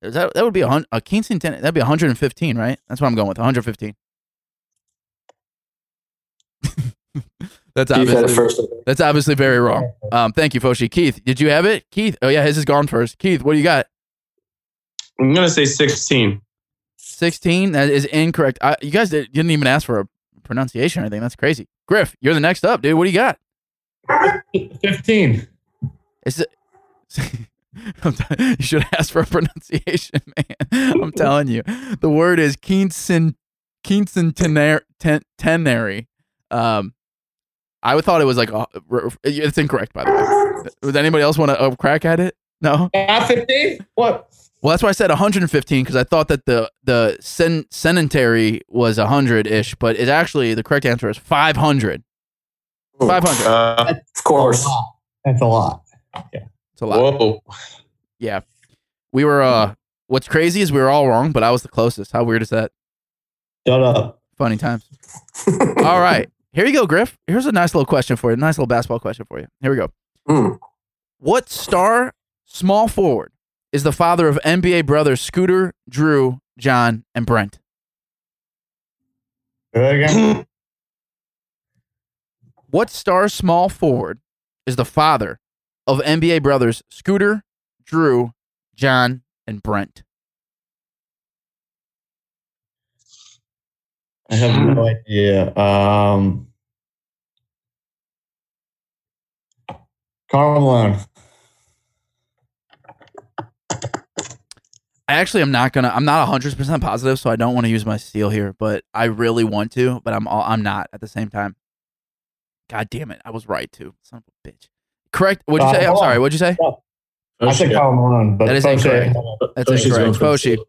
[SPEAKER 2] is that that would be a hun- a quincenten? That'd be 115, right? That's what I'm going with. 115. That's
[SPEAKER 4] Keith had it
[SPEAKER 2] obviously
[SPEAKER 4] first.
[SPEAKER 2] that's obviously very wrong. Um, thank you, Foshi. Keith, did you have it? Keith, oh yeah, his is gone first. Keith, what do you got?
[SPEAKER 6] I'm going to say 16.
[SPEAKER 2] Sixteen. That is incorrect. I, you guys did, didn't even ask for a pronunciation or anything. That's crazy. Griff, you're the next up, dude. What do you got?
[SPEAKER 5] 15.
[SPEAKER 2] Is it? I'm t- you should ask for a pronunciation, man. I'm telling you, the word is quincen quincentenary. Um, I thought it was like uh, a, it's incorrect by the way. Does anybody else want to uh, crack at it? No.
[SPEAKER 5] Not 15? What?
[SPEAKER 2] Well, that's why I said 115 because I thought that the the sen- sedentary was 100 ish, but it actually the correct answer is 500.
[SPEAKER 5] Oh,
[SPEAKER 2] 500.
[SPEAKER 6] Uh,
[SPEAKER 4] Of
[SPEAKER 2] Oh,
[SPEAKER 4] course.
[SPEAKER 5] That's a lot.
[SPEAKER 2] It's a lot.
[SPEAKER 6] whoa.
[SPEAKER 2] We were uh, what's crazy is we were all wrong, but I was the closest. How weird is that?
[SPEAKER 5] Shut up.
[SPEAKER 2] Funny times. all right, here you go, Griff. Here's a nice little question for you. Nice little basketball question for you. Here we go.
[SPEAKER 4] Mm.
[SPEAKER 2] What star small forward is the father of NBA brothers Scooter, Drew, John, and Brent?
[SPEAKER 5] Say that again?
[SPEAKER 2] What star small forward is the father of NBA brothers Scooter, Drew, John, and Brent?
[SPEAKER 5] I have no idea. Um, Carl Malone.
[SPEAKER 2] I actually am not gonna. I'm not 100 percent positive, so I don't want to use my steal here, but I really want to, but I'm all, I'm not at the same time. God damn it! I was right too. Son of a bitch. Correct. What'd you
[SPEAKER 5] Uh,
[SPEAKER 2] say? I'm
[SPEAKER 5] hold
[SPEAKER 2] sorry.
[SPEAKER 5] on.
[SPEAKER 2] What'd you say?
[SPEAKER 3] Oh,
[SPEAKER 5] I said
[SPEAKER 3] shit.
[SPEAKER 5] Carl Malone, but
[SPEAKER 2] That is
[SPEAKER 5] Fauché-
[SPEAKER 2] incorrect. That's
[SPEAKER 3] Fauci's
[SPEAKER 2] incorrect.
[SPEAKER 3] going
[SPEAKER 2] Foshi.
[SPEAKER 3] for-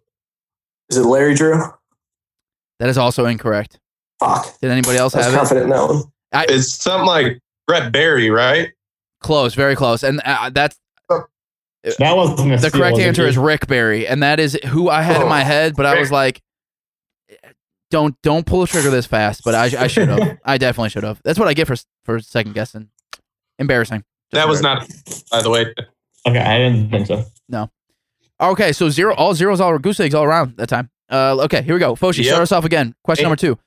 [SPEAKER 4] Is it Larry Drew?
[SPEAKER 2] That is also incorrect.
[SPEAKER 4] Fuck.
[SPEAKER 2] Did anybody else
[SPEAKER 4] I was
[SPEAKER 2] have it?
[SPEAKER 4] confident in that one.
[SPEAKER 6] It's something like Brett Berry, right?
[SPEAKER 2] Close. Very close. And uh, that's
[SPEAKER 5] That wasn't a
[SPEAKER 2] the Oh,
[SPEAKER 5] steal,
[SPEAKER 2] correct
[SPEAKER 5] was it?
[SPEAKER 2] answer is Rick Barry, and that is who I had in my head. But I was like, don't don't pull the trigger this fast. But I, I should have. I definitely should have. That's what I get for for second guessing. Embarrassing. Just
[SPEAKER 6] That was not, by the way.
[SPEAKER 5] Okay, I didn't think so.
[SPEAKER 2] Okay, so zero, all zeros, all goose eggs, all around that time. Uh, okay, here we go. Foshi,
[SPEAKER 6] Yep.
[SPEAKER 2] start us off again. Question
[SPEAKER 5] Hey.
[SPEAKER 2] number two.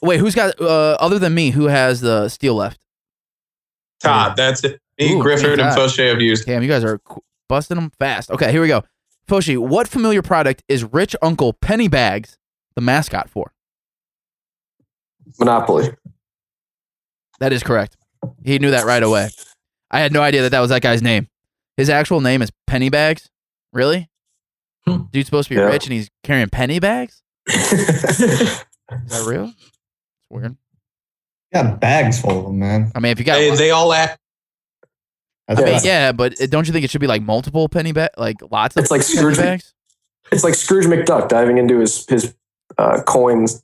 [SPEAKER 2] Wait, who's got uh, other than me? Who has the steel left?
[SPEAKER 6] Todd, that's it. Me,
[SPEAKER 2] Ooh,
[SPEAKER 6] Griffith,
[SPEAKER 2] thank
[SPEAKER 6] and
[SPEAKER 2] God.
[SPEAKER 6] Fauché have used.
[SPEAKER 2] Damn, you guys are qu- busting them fast. Okay, here we go. Foshi, what familiar product is Rich Uncle Pennybags the mascot for?
[SPEAKER 4] Monopoly.
[SPEAKER 2] That is correct. He knew that right away. I had no idea that that was that guy's name. His actual name is Pennybags. Really?
[SPEAKER 3] Hmm.
[SPEAKER 2] Dude's supposed to be
[SPEAKER 4] Yeah.
[SPEAKER 2] rich and he's carrying penny bags.
[SPEAKER 4] I
[SPEAKER 2] Is that real? It's weird.
[SPEAKER 5] Got bags full of them, man.
[SPEAKER 2] I mean, if you got
[SPEAKER 6] They,
[SPEAKER 2] one-
[SPEAKER 6] they all act.
[SPEAKER 5] That's
[SPEAKER 4] I mean,
[SPEAKER 5] what I-
[SPEAKER 2] Yeah, but it- don't you think it should be like multiple penny bag, like lots of
[SPEAKER 4] It's like
[SPEAKER 2] penny
[SPEAKER 4] Scrooge-
[SPEAKER 2] bags?
[SPEAKER 4] it's like Scrooge McDuck diving into his his uh, coins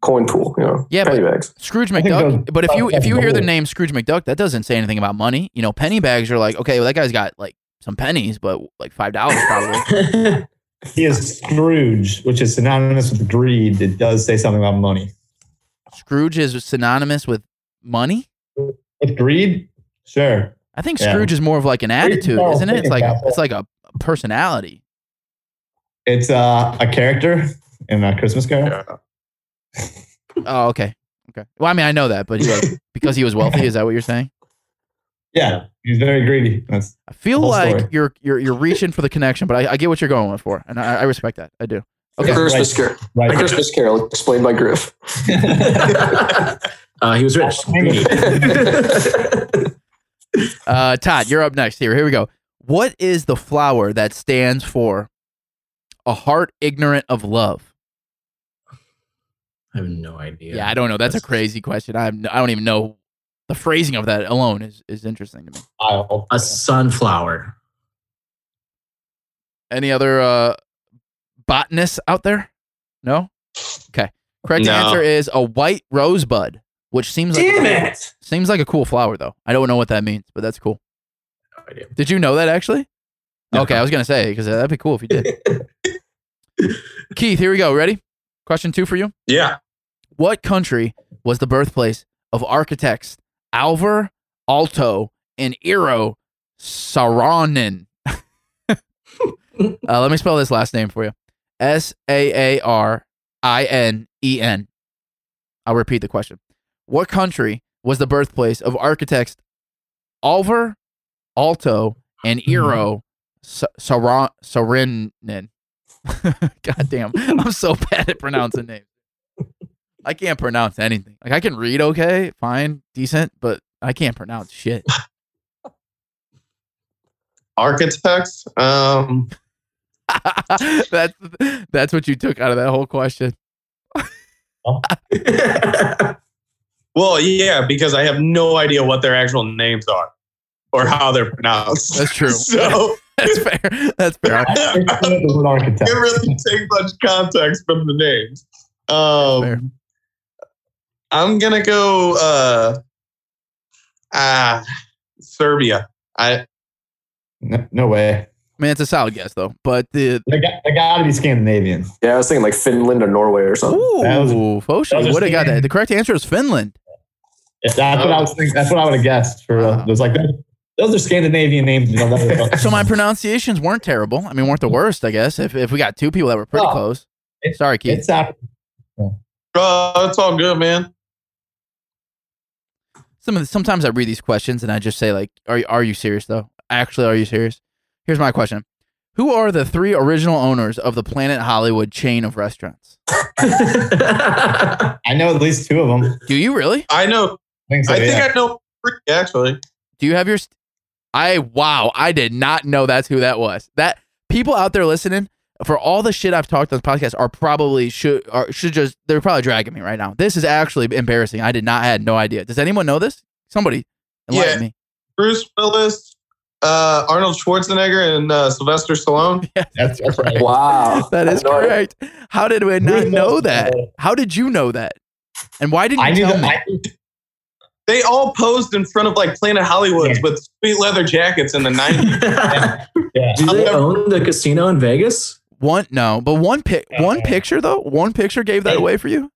[SPEAKER 4] coin pool. You know,
[SPEAKER 2] Yeah, but-
[SPEAKER 4] penny bags.
[SPEAKER 2] Scrooge
[SPEAKER 5] think
[SPEAKER 2] McDuck.
[SPEAKER 5] those-
[SPEAKER 2] But if you if you hear the
[SPEAKER 5] Oh.
[SPEAKER 2] name Scrooge McDuck, that doesn't say anything about money. You know, penny bags are like okay, well that guy's got like some pennies, but like five dollars probably.
[SPEAKER 5] He is Scrooge, which is synonymous with greed. It does say something about money.
[SPEAKER 2] Scrooge is synonymous with money.
[SPEAKER 5] With greed? Sure.
[SPEAKER 2] I think
[SPEAKER 5] Yeah.
[SPEAKER 2] Scrooge is more of like an
[SPEAKER 5] Great
[SPEAKER 2] attitude,
[SPEAKER 5] ball,
[SPEAKER 2] isn't it? It's
[SPEAKER 5] thinking
[SPEAKER 2] like a,
[SPEAKER 5] about that.
[SPEAKER 2] it's like a personality.
[SPEAKER 5] It's uh, a character in a Christmas Carol.
[SPEAKER 6] Yeah.
[SPEAKER 2] Oh, okay, okay. Well, I mean, I know that, but he was, because he was wealthy, is that what you're saying?
[SPEAKER 5] Yeah, he's very greedy. That's
[SPEAKER 2] I feel
[SPEAKER 5] Whole
[SPEAKER 2] like
[SPEAKER 5] story.
[SPEAKER 2] you're you're you're reaching for the connection, but I, I get what you're going for, and I, I respect that. I do. Okay.
[SPEAKER 4] Christmas Carol.
[SPEAKER 5] right.
[SPEAKER 4] A Christmas Carol explained by Griff.
[SPEAKER 3] Uh, he was rich. Greedy.
[SPEAKER 2] Uh, Todd, you're up next here. Here we go. What is the flower that stands for a heart ignorant of love?
[SPEAKER 3] I have no idea.
[SPEAKER 2] Yeah, I don't know. That's a crazy question. I have no, I don't even know. The phrasing of that alone is, is interesting to me.
[SPEAKER 5] Wild.
[SPEAKER 3] A sunflower.
[SPEAKER 2] Any other uh, botanists out there? No. Okay. Correct
[SPEAKER 6] No.
[SPEAKER 2] answer is a white rosebud, which seems like
[SPEAKER 3] Damn
[SPEAKER 2] a,
[SPEAKER 3] it!
[SPEAKER 2] seems like a cool flower though. I don't know what that means, but that's cool.
[SPEAKER 3] No idea.
[SPEAKER 2] Did you know that actually?
[SPEAKER 3] No.
[SPEAKER 2] Okay, I was gonna say because that'd be cool if you did. Keith, here we go. Ready? Question two for you.
[SPEAKER 6] Yeah.
[SPEAKER 2] What country was the birthplace of architects Alvar Aalto and Eero Saarinen? uh, let me spell this last name for you: S A A R I N E N. I'll repeat the question. What country was the birthplace of architects Alvar Aalto and
[SPEAKER 5] Mm-hmm.
[SPEAKER 2] Eero Sa- Saara- Saarinen? God damn, I'm so bad at pronouncing names. I can't pronounce anything. Like I can read okay, fine, decent, but I can't pronounce shit.
[SPEAKER 6] Architects. Um,
[SPEAKER 2] that's that's what you took out of that whole question.
[SPEAKER 6] well, yeah, because I have no idea what their actual names are or how they're pronounced.
[SPEAKER 2] That's true.
[SPEAKER 6] so
[SPEAKER 2] That's fair. That's fair.
[SPEAKER 6] I
[SPEAKER 5] It's the word architect.
[SPEAKER 6] didn't really take much context from the names.
[SPEAKER 2] Fair.
[SPEAKER 6] Um, I'm gonna go uh, uh, Serbia. I
[SPEAKER 5] No, no way.
[SPEAKER 2] I mean, it's a solid guess though. But the
[SPEAKER 5] They got, they got to be Scandinavian.
[SPEAKER 4] Yeah, I was thinking like Finland or Norway or something.
[SPEAKER 2] ooh,
[SPEAKER 5] That was- that
[SPEAKER 2] Foshi
[SPEAKER 5] was
[SPEAKER 2] would have got
[SPEAKER 5] Finland.
[SPEAKER 2] that. The correct answer is Finland.
[SPEAKER 5] If that's what I was thinking. That's what I would have guessed. For real.
[SPEAKER 2] Wow.
[SPEAKER 5] those like those are Scandinavian names. You know, that-
[SPEAKER 2] So my pronunciations weren't terrible. I mean, weren't the worst, I guess. If if we got two people that were pretty
[SPEAKER 5] Oh.
[SPEAKER 2] close.
[SPEAKER 5] It-
[SPEAKER 2] Sorry, Keith.
[SPEAKER 5] it's not
[SPEAKER 6] uh, it's all good, man.
[SPEAKER 2] Some of the, sometimes I read these questions and I just say like, "Are you are you serious though? Actually, are you serious?" Here's my question: Who are the three original owners of the Planet Hollywood chain of restaurants?
[SPEAKER 5] I know at least two of them.
[SPEAKER 2] Do you really?
[SPEAKER 6] I know.
[SPEAKER 5] I think so.
[SPEAKER 6] I think
[SPEAKER 5] yeah.
[SPEAKER 6] I know three, actually.
[SPEAKER 2] Do you have your? St- I wow! I did not know that's who that was. That people out there listening for all the shit I've talked on the podcast are probably should are, should just they're probably dragging me right now. This is actually embarrassing. I did not I had no idea. Does anyone know this? Somebody enlighten
[SPEAKER 6] Yeah.
[SPEAKER 2] me.
[SPEAKER 6] Bruce Willis, uh, Arnold Schwarzenegger, and uh, Sylvester Stallone.
[SPEAKER 5] That's correct.
[SPEAKER 4] Wow,
[SPEAKER 2] That is
[SPEAKER 4] I had no idea.
[SPEAKER 2] correct. How did we not know that? How did you know that? And why didn't you
[SPEAKER 5] I knew
[SPEAKER 2] tell
[SPEAKER 5] that.
[SPEAKER 2] me?
[SPEAKER 5] I knew
[SPEAKER 6] They all posed in front of like Planet Hollywoods with sweet leather jackets in the 90s.
[SPEAKER 3] Do they
[SPEAKER 2] Oh,
[SPEAKER 3] own the casino in Vegas?
[SPEAKER 2] one no, but one pic,
[SPEAKER 5] Yeah.
[SPEAKER 2] one picture though. One picture gave that
[SPEAKER 5] Uh, Hey.
[SPEAKER 2] away for you.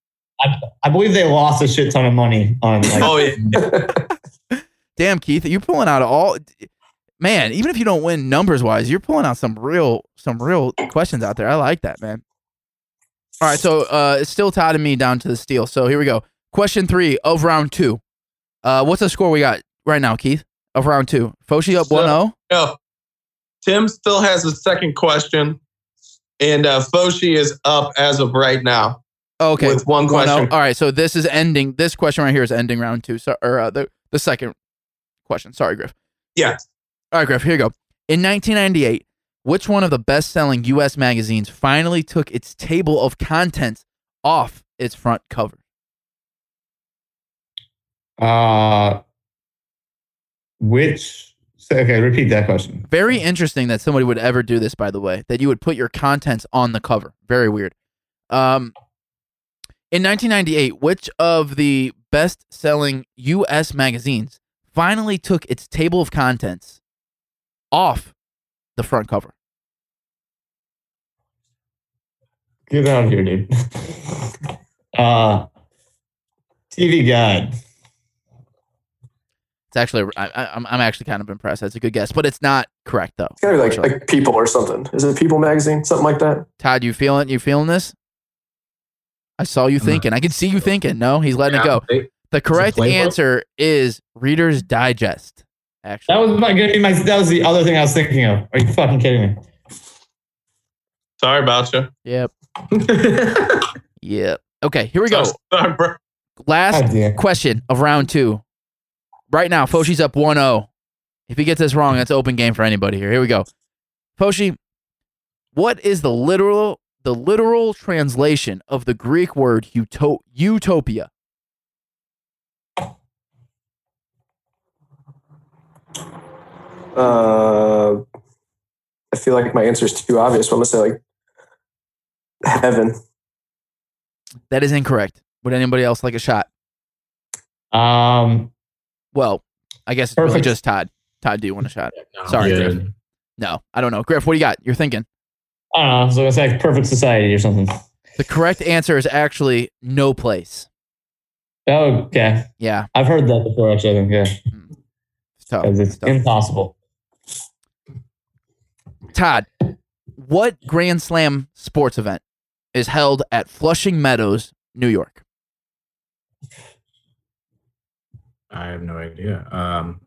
[SPEAKER 5] I believe they lost a shit ton of money on like
[SPEAKER 6] Oh, yeah.
[SPEAKER 2] Damn, Keith, are you pulling out all? man, even if you don't win numbers wise, you're pulling out some real some real questions out there. I like that, man. All right, so uh, it's still tied to me down to the steal. So here we go. Question three of round two. Uh, what's the score we got right now, Keith? Of round two, Foshi up
[SPEAKER 6] So-
[SPEAKER 2] one oh? zero.
[SPEAKER 6] No. Tim still has the second question, and uh, Foshi is up as of right now
[SPEAKER 2] Okay,
[SPEAKER 6] with one
[SPEAKER 2] One
[SPEAKER 6] question.
[SPEAKER 2] oh. All right, so this is ending. This question right here is ending round two. So, or uh, the the second question. Sorry, Griff.
[SPEAKER 6] Yeah.
[SPEAKER 2] All right, Griff. Here you go. In 1998, which one of the best-selling U.S. magazines finally took its table of contents off its front cover? Oh.
[SPEAKER 5] Uh, which? so- Okay, repeat that question.
[SPEAKER 2] Very interesting that somebody would ever do this. By the way, that you would put your contents on the cover. Very weird. Um, in 1998, which of the best-selling U.S. magazines finally took its table of contents off the front cover?
[SPEAKER 5] Get out of here, dude. uh, TV Guide.
[SPEAKER 2] It's actually I, I, I'm I'm actually kind of impressed. That's a good guess, but it's not correct though.
[SPEAKER 4] It's gotta be like
[SPEAKER 2] unfortunately.
[SPEAKER 4] like People or something. Is it People magazine? Something like that.
[SPEAKER 2] Todd, you feeling you feeling this? I saw you
[SPEAKER 3] not-
[SPEAKER 2] thinking. I can see you thinking. No, he's letting
[SPEAKER 6] Yeah.
[SPEAKER 2] it go. The correct
[SPEAKER 3] Playboy?
[SPEAKER 2] answer is Reader's Digest. Actually,
[SPEAKER 5] That was my, gonna be my. That was the other thing I was thinking of. Are you fucking kidding me?
[SPEAKER 6] Sorry about you.
[SPEAKER 2] yep, yep. Okay, here we go.
[SPEAKER 5] Oh.
[SPEAKER 6] So sorry, bro.
[SPEAKER 2] Last
[SPEAKER 5] God damn.
[SPEAKER 2] question of round two. Right now, Foshi's up 1 0. If he gets this wrong, that's open game for anybody here. Here we go. Foshi, what is the literal the literal translation of the Greek word uto- utopia?
[SPEAKER 4] Uh, I feel like my answer is too obvious. But I'm gonna say like heaven.
[SPEAKER 2] That is incorrect. Would anybody else like a shot?
[SPEAKER 5] Um,
[SPEAKER 2] Well, I guess it's really
[SPEAKER 5] Perfect.
[SPEAKER 2] just Todd. Todd, do you want a shot? Sorry, Griff. No, I don't know. Griff, what do you got? You're thinking.
[SPEAKER 5] I don't know. I was gonna say Perfect Society or something.
[SPEAKER 2] The correct answer is actually no place.
[SPEAKER 5] Okay,
[SPEAKER 2] Yeah.
[SPEAKER 5] I've heard that before. Actually, I think yeah,
[SPEAKER 2] So
[SPEAKER 5] 'Cause it's impossible.
[SPEAKER 2] Todd, what Grand Slam sports event is held at Flushing Meadows, New York?
[SPEAKER 3] I have no idea. Um,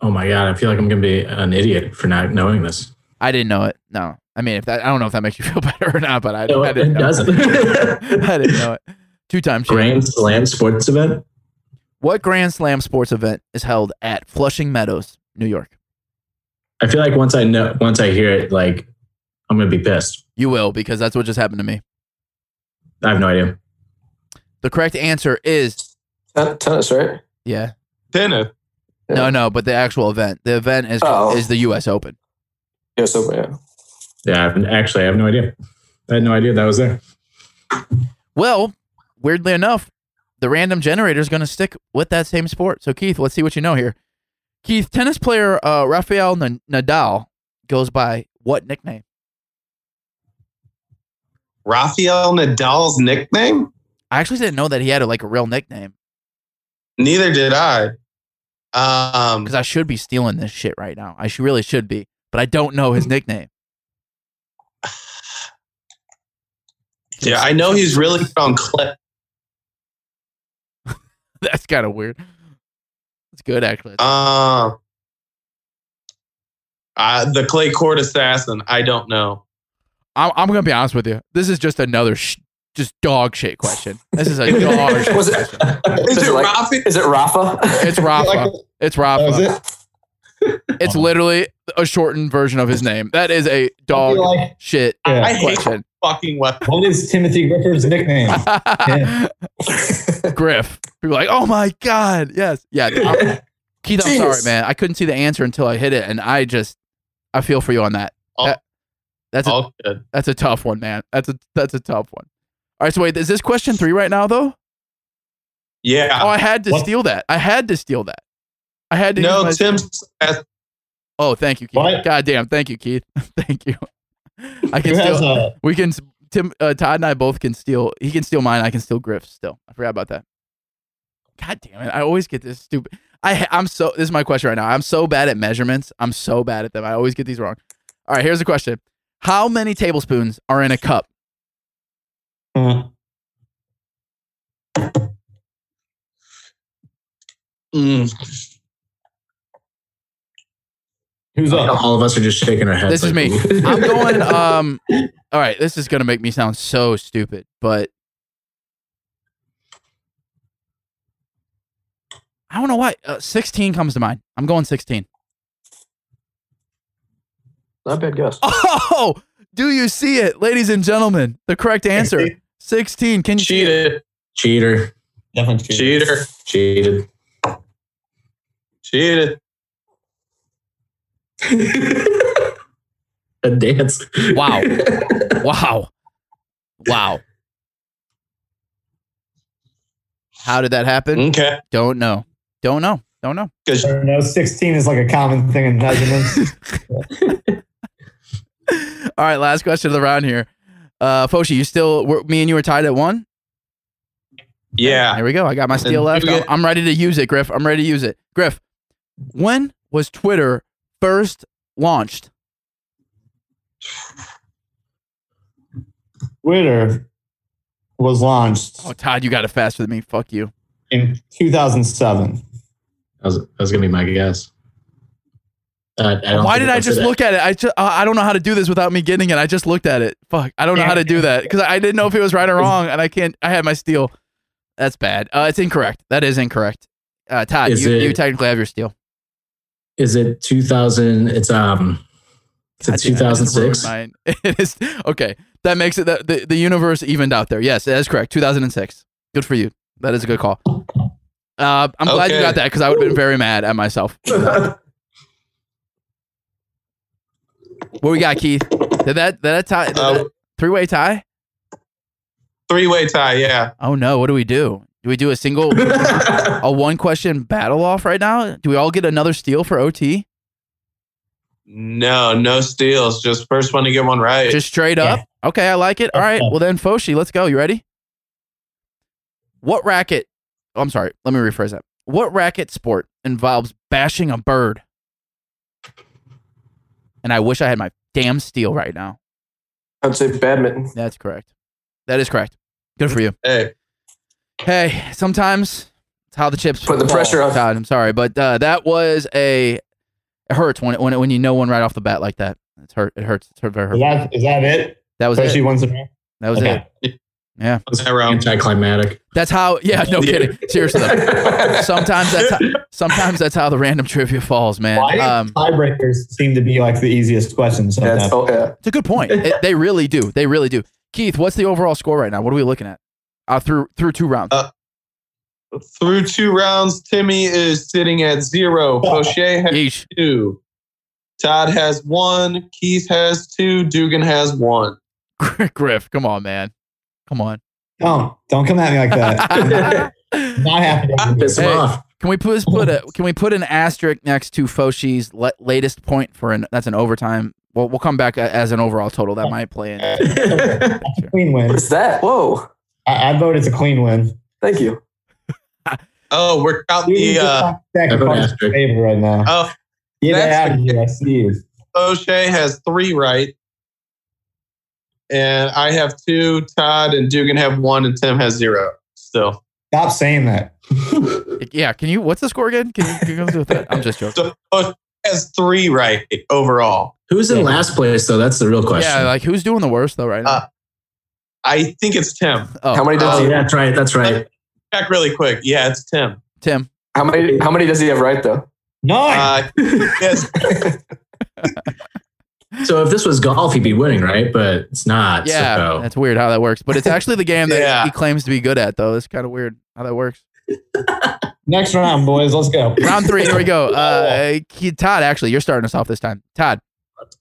[SPEAKER 3] oh my god, I feel like I'm gonna be an idiot for not knowing this.
[SPEAKER 2] I didn't know it. No, I mean if that I don't know if that makes you feel better or not, but I,
[SPEAKER 3] No,
[SPEAKER 2] I didn't
[SPEAKER 3] it
[SPEAKER 2] know
[SPEAKER 3] doesn't.
[SPEAKER 2] I didn't know it. Two times.
[SPEAKER 3] Grand Slam sports event.
[SPEAKER 2] What Grand Slam sports event is held at Flushing Meadows, New York?
[SPEAKER 3] I feel like once I know, once I hear it, like I'm gonna be pissed.
[SPEAKER 2] You will because that's what just happened to me.
[SPEAKER 3] I have no idea.
[SPEAKER 2] The correct answer is
[SPEAKER 4] Ten- tennis, right?
[SPEAKER 2] yeah.
[SPEAKER 6] Dennis.
[SPEAKER 2] No, no, but the actual event. The event is
[SPEAKER 4] Oh.
[SPEAKER 2] is the U.S. Open.
[SPEAKER 4] Yeah. So yeah.
[SPEAKER 3] Yeah, I've, actually, I have no idea. I had no idea that was there.
[SPEAKER 2] Well, weirdly enough, the random generator is going to stick with that same sport. So, Keith, let's see what you know here. Keith, tennis player uh, Rafael N- Nadal goes by what nickname?
[SPEAKER 6] Rafael Nadal's nickname?
[SPEAKER 2] I actually didn't know that he had a, like a real nickname
[SPEAKER 6] Neither did I. Um,
[SPEAKER 2] because I should be stealing this shit right now. I should, really should be, but I don't know his nickname.
[SPEAKER 6] yeah, I know he's really good on clay.
[SPEAKER 2] That's kind of weird. That's good, actually.
[SPEAKER 6] Um, uh, the clay court assassin. I don't know.
[SPEAKER 2] I'm, I'm going to be honest with you. This is just another sh- just dog shit question. This is a dog shit
[SPEAKER 4] Was it-
[SPEAKER 2] question.
[SPEAKER 6] Is,
[SPEAKER 4] Is
[SPEAKER 6] it
[SPEAKER 4] it like-
[SPEAKER 6] Rafi?
[SPEAKER 4] Is it Rafa?
[SPEAKER 2] It's Rafa. It's Rafa.
[SPEAKER 5] That was "Oh, it.
[SPEAKER 2] It's literally a shortened version of his name. That is a
[SPEAKER 5] I
[SPEAKER 2] dog
[SPEAKER 5] feel like-
[SPEAKER 2] shit
[SPEAKER 5] yeah.
[SPEAKER 6] I hate
[SPEAKER 2] question.
[SPEAKER 6] fucking weapon.
[SPEAKER 5] what is Timothy Griffer's nickname? Yeah.
[SPEAKER 2] Griff. People are like, oh my god, yes, yeah. I'm- Keith, I'm sorry,
[SPEAKER 4] Genius.
[SPEAKER 2] man. I couldn't see the answer until I hit it, and I just, I feel for you on that.
[SPEAKER 6] Oh.
[SPEAKER 2] That- that's a,
[SPEAKER 6] All good.
[SPEAKER 2] that's a tough one, man. That's a that's a tough one. All right, so wait, is this question three right now though?
[SPEAKER 6] Yeah.
[SPEAKER 2] Oh, I had to
[SPEAKER 5] Ah, What?
[SPEAKER 2] steal that. I had to steal that. I had to. use
[SPEAKER 6] no,
[SPEAKER 2] my-
[SPEAKER 6] Tim. asked-
[SPEAKER 2] oh, thank you, Keith.
[SPEAKER 5] What?
[SPEAKER 2] God damn, thank you, Keith. thank you. I
[SPEAKER 5] Who
[SPEAKER 2] can
[SPEAKER 5] has
[SPEAKER 2] steal.
[SPEAKER 5] a,
[SPEAKER 2] We can Tim uh, Todd and I both can steal. He can steal mine. I can steal Griff's. Still, I forgot about that. God damn it! I always get this stupid. I I'm so this is my question right now. I'm so bad at measurements. I'm so bad at them. I always get these wrong. All right, here's the question: How many tablespoons are in a cup?
[SPEAKER 6] Hmm.
[SPEAKER 5] Mm.
[SPEAKER 6] Hmm,
[SPEAKER 5] Who's up?
[SPEAKER 3] All of us are just shaking our heads.
[SPEAKER 2] This is me. I'm going. Um. All right, this is gonna make me sound so stupid, but I don't know why. Uh, 16 comes to mind. I'm going 16.
[SPEAKER 4] Not a bad guess.
[SPEAKER 2] Oh, do you see it, ladies and gentlemen? The correct answer, 16. Can you? see it?
[SPEAKER 6] Cheated.
[SPEAKER 3] Cheater.
[SPEAKER 5] Definitely cheating.
[SPEAKER 6] Cheater.
[SPEAKER 3] Cheated.
[SPEAKER 6] Cheated.
[SPEAKER 3] A dance.
[SPEAKER 2] Wow. Wow. Wow. How did that
[SPEAKER 4] Mm.
[SPEAKER 2] happen?
[SPEAKER 6] Okay.
[SPEAKER 2] Don't know. Don't know. Don't know.
[SPEAKER 6] Because
[SPEAKER 5] I don't know. 16 is like a common thing in measurements.
[SPEAKER 2] All right, last question of the round here. Uh, Foshi, you still? We're, me and you are tied at one.
[SPEAKER 6] yeah,
[SPEAKER 2] There we go. I got my steel
[SPEAKER 6] And
[SPEAKER 2] left.
[SPEAKER 6] you
[SPEAKER 2] I'm,
[SPEAKER 6] get-
[SPEAKER 2] I'm ready to use it, Griff. I'm ready to use it, Griff. When was Twitter first launched?
[SPEAKER 5] Twitter was launched
[SPEAKER 2] Oh, Todd, you got it faster than me. Fuck you.
[SPEAKER 5] in 2007.
[SPEAKER 3] That was, that was gonna be my guess. Uh, I don't
[SPEAKER 2] Why
[SPEAKER 3] think
[SPEAKER 2] did I
[SPEAKER 3] that's
[SPEAKER 2] just
[SPEAKER 3] it.
[SPEAKER 2] look at it? I just I don't know how to do this without me getting it. I just looked at it. Fuck, I don't know how to do that because I didn't know if it was right or wrong, and I can't. I had my steel. That's bad. Uh, it's incorrect. That is incorrect. Uh, Todd,
[SPEAKER 3] Is
[SPEAKER 2] you,
[SPEAKER 3] it-
[SPEAKER 2] you technically have your steel.
[SPEAKER 3] Is it 2000? It's um. It's a
[SPEAKER 2] God damn, I just ruined
[SPEAKER 3] 2006.
[SPEAKER 2] mine. It is okay. That makes it that the, the universe evened out there. Yes, that is correct. Two thousand and six. Good for you. That is a good call. Uh, I'm glad you
[SPEAKER 6] Okay.
[SPEAKER 2] got that because I would have been very mad at myself. What we got, Keith? Did that did that tie?
[SPEAKER 6] Uh,
[SPEAKER 2] three way tie?
[SPEAKER 6] three way tie. Yeah,
[SPEAKER 2] Oh no! What do we do? Do we do a single a one question battle off right now? Do we all get another steal for OT?
[SPEAKER 6] no, no steals. Just first one to get one right.
[SPEAKER 2] Just straight up. Okay, I like it. All right. Well then, Foshi, let's go. You ready? What racket? Oh, I'm sorry. Let me rephrase that. What racket sport involves bashing a bird? And I wish I had my damn steal right now.
[SPEAKER 4] I'd say badminton.
[SPEAKER 2] That's correct. That is correct. Good for you.
[SPEAKER 6] hey,
[SPEAKER 2] Hey, sometimes it's how the chips
[SPEAKER 4] Put the
[SPEAKER 2] fall,
[SPEAKER 4] pressure on.
[SPEAKER 2] Todd, I'm sorry, but uh, that was a it hurts when it, when it, when you know one right off the bat like that. It's hurt. It hurts. It's hurt very
[SPEAKER 5] Is
[SPEAKER 2] hurt.
[SPEAKER 5] that, is that it?
[SPEAKER 2] That was
[SPEAKER 5] Especially
[SPEAKER 2] it.
[SPEAKER 5] once
[SPEAKER 2] That was it.
[SPEAKER 6] was that wrong?
[SPEAKER 3] Anticlimactic.
[SPEAKER 2] That's how. Yeah. No kidding. Seriously. Though. Sometimes that's how, sometimes that's how the random trivia falls, man.
[SPEAKER 5] Why
[SPEAKER 2] Um,
[SPEAKER 5] tiebreakers seem to be like the easiest questions.
[SPEAKER 4] Yeah,
[SPEAKER 5] sometimes.
[SPEAKER 4] it's- oh, yeah.
[SPEAKER 2] it's a good point. It- they really do. They really do. Keith, what's the overall score right now? What are we looking at? Uh, through through two rounds.
[SPEAKER 6] Uh, Through two rounds, Timmy is sitting at zero. Fauché has
[SPEAKER 2] Yeesh.
[SPEAKER 6] two. Todd has one. Keith has two. Dugan has one.
[SPEAKER 2] Griff, come on, man. Come on.
[SPEAKER 5] Don't don't come at me like that. Not happening.
[SPEAKER 3] Piss him
[SPEAKER 2] Hey.
[SPEAKER 3] off.
[SPEAKER 2] Can we please put a can we put an asterisk next to Foshi's la- latest point for an that's an overtime. Well, we'll come back a- as an overall total that might play in.
[SPEAKER 5] Clean win.
[SPEAKER 4] What's that? Whoa.
[SPEAKER 5] I, I vote it's a clean win.
[SPEAKER 4] Thank you.
[SPEAKER 6] Oh, we're counting
[SPEAKER 5] Dude,
[SPEAKER 6] the
[SPEAKER 5] you're
[SPEAKER 6] uh,
[SPEAKER 5] not back
[SPEAKER 3] I vote
[SPEAKER 5] in front of
[SPEAKER 3] asterisk.
[SPEAKER 5] favor right now.
[SPEAKER 6] oh.
[SPEAKER 5] Get
[SPEAKER 6] that's
[SPEAKER 5] out of
[SPEAKER 6] okay.
[SPEAKER 5] here, Steve.
[SPEAKER 6] O'Shea has three right. And I have two. Todd and Dugan have one, and Tim has zero. Still,
[SPEAKER 5] Stop saying that.
[SPEAKER 2] Yeah, can you what's the score again? Can you, can you go through with that? I'm just joking.
[SPEAKER 6] so O'Shea has three right overall.
[SPEAKER 3] Who's in last place though? That's the real question.
[SPEAKER 2] Yeah, like who's doing the worst though right now?
[SPEAKER 6] I think it's Tim.
[SPEAKER 2] oh,
[SPEAKER 4] How many does
[SPEAKER 3] oh,
[SPEAKER 4] he?
[SPEAKER 3] yeah, that's right. That's right.
[SPEAKER 6] Check really quick. Yeah, it's Tim.
[SPEAKER 2] Tim.
[SPEAKER 4] How many? How many does he have right though?
[SPEAKER 5] Nine.
[SPEAKER 6] Uh, yes,
[SPEAKER 3] So if this was golf, he'd be winning, right? But it's not.
[SPEAKER 2] Yeah,
[SPEAKER 3] So.
[SPEAKER 2] that's weird how that works. But it's actually the game that
[SPEAKER 6] Yeah.
[SPEAKER 2] he claims to be good at though. It's kind of weird how that works.
[SPEAKER 5] Next round, boys. Let's go.
[SPEAKER 2] Round 3, here we go. Uh Keith- Todd actually, you're starting us off this time. Todd,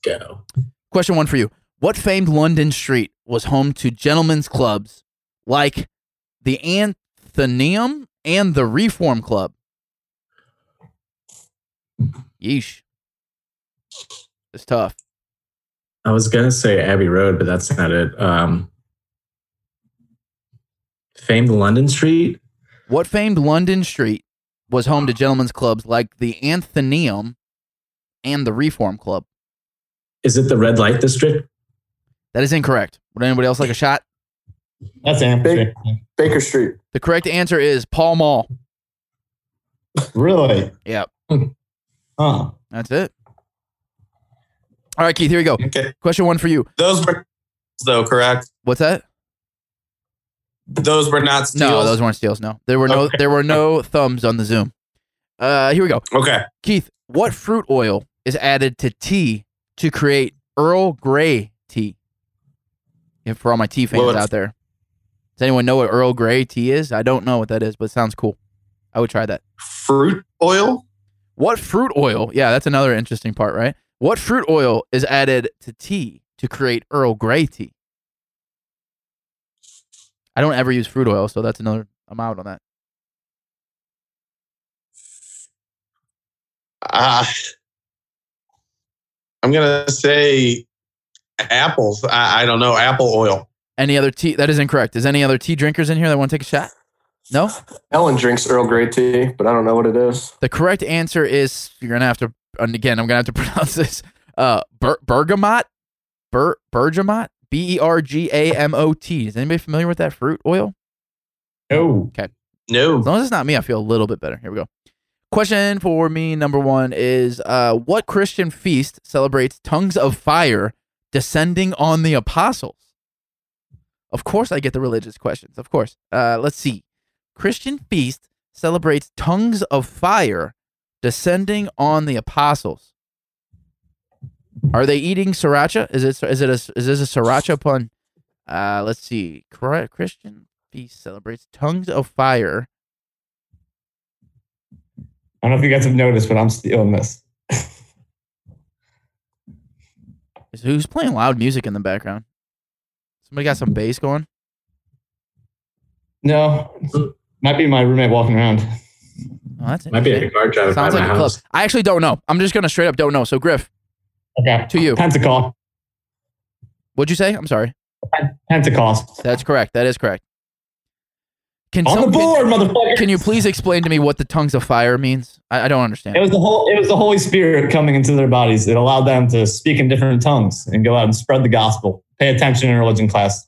[SPEAKER 3] go.
[SPEAKER 2] Question one for you. What famed London street was home to gentlemen's clubs like the Athenaeum and the Reform Club? Yeesh. It's tough.
[SPEAKER 3] I was gonna say Abbey Road, but that's not it. Um, famed London Street.
[SPEAKER 2] What famed London street was home to gentlemen's clubs like the Athenaeum and the Reform Club?
[SPEAKER 3] Is it the red light district?
[SPEAKER 2] That is incorrect. Would anybody else like a shot?
[SPEAKER 5] That's ample.
[SPEAKER 4] Baker Street.
[SPEAKER 2] The correct answer is Paul Mall.
[SPEAKER 5] Really?
[SPEAKER 2] Yep.
[SPEAKER 5] Huh.
[SPEAKER 2] That's it. All right, Keith, here we go.
[SPEAKER 6] Okay.
[SPEAKER 2] Question one for you.
[SPEAKER 6] Those were though, correct?
[SPEAKER 2] What's that?
[SPEAKER 6] Those were not steals.
[SPEAKER 2] No, those weren't steals. No, there were no
[SPEAKER 6] Okay.
[SPEAKER 2] there were no thumbs on the Zoom. Uh, here we go.
[SPEAKER 6] okay.
[SPEAKER 2] Keith, what fruit oil is added to tea to create Earl Grey tea? And for all my tea fans
[SPEAKER 6] Well, it's-
[SPEAKER 2] out there, does anyone know what Earl Grey tea is? I don't know what that is, but it sounds cool. I would try that.
[SPEAKER 6] Fruit oil?
[SPEAKER 2] What fruit oil? Yeah, that's another interesting part, right? What fruit oil is added to tea to create Earl Grey tea? I don't ever use fruit oil, so that's another. I'm out on that.
[SPEAKER 6] Uh, I'm gonna say apples. I, I don't know. Apple oil.
[SPEAKER 2] Any other tea? That is incorrect. Is any other tea drinkers in here that want to take a shot? No.
[SPEAKER 4] Ellen drinks Earl Grey tea, but I don't know what it is.
[SPEAKER 2] The correct answer is you're gonna have to. And again, I'm gonna have to pronounce this. Uh, Ber- bergamot, Ber- bergamot, B E R G A M O T. Is anybody familiar with that fruit oil?
[SPEAKER 5] No.
[SPEAKER 2] As
[SPEAKER 6] No.
[SPEAKER 2] long as it's not me, I feel a little bit better. Here we go. Question for me number one is uh, what Christian feast celebrates tongues of fire descending on the apostles? Of course, I get the religious questions. Of course. Uh, let's see. Christian feast celebrates tongues of fire descending on the apostles. Are they eating sriracha? Is it is it a is this a sriracha pun? Uh, let's see. Cri- Christian feast celebrates tongues of fire
[SPEAKER 5] I don't know if you guys have noticed, but I'm stealing this.
[SPEAKER 2] Is- Who's playing loud music in the background? Somebody got some bass going.
[SPEAKER 5] No. Might be my roommate walking around.
[SPEAKER 2] Oh, that's
[SPEAKER 3] Might be a
[SPEAKER 2] interesting.
[SPEAKER 3] car driving
[SPEAKER 2] Sounds
[SPEAKER 3] by
[SPEAKER 2] like
[SPEAKER 3] my
[SPEAKER 2] a club.
[SPEAKER 3] house.
[SPEAKER 2] I actually don't know. I'm just gonna straight up don't know. So Griff,
[SPEAKER 5] Okay.
[SPEAKER 2] to you,
[SPEAKER 5] Pentecost.
[SPEAKER 2] what'd you say? I'm sorry.
[SPEAKER 5] Pentecost.
[SPEAKER 2] That's correct. That is correct. Can
[SPEAKER 5] On the
[SPEAKER 2] some-
[SPEAKER 5] board,
[SPEAKER 2] can,
[SPEAKER 5] motherfucker.
[SPEAKER 2] can you please explain to me what the tongues of fire means? I, I don't understand.
[SPEAKER 5] It was the whole. It was the Holy Spirit coming into their bodies. It allowed them to speak in different tongues and go out and spread the gospel. Pay attention in religion class.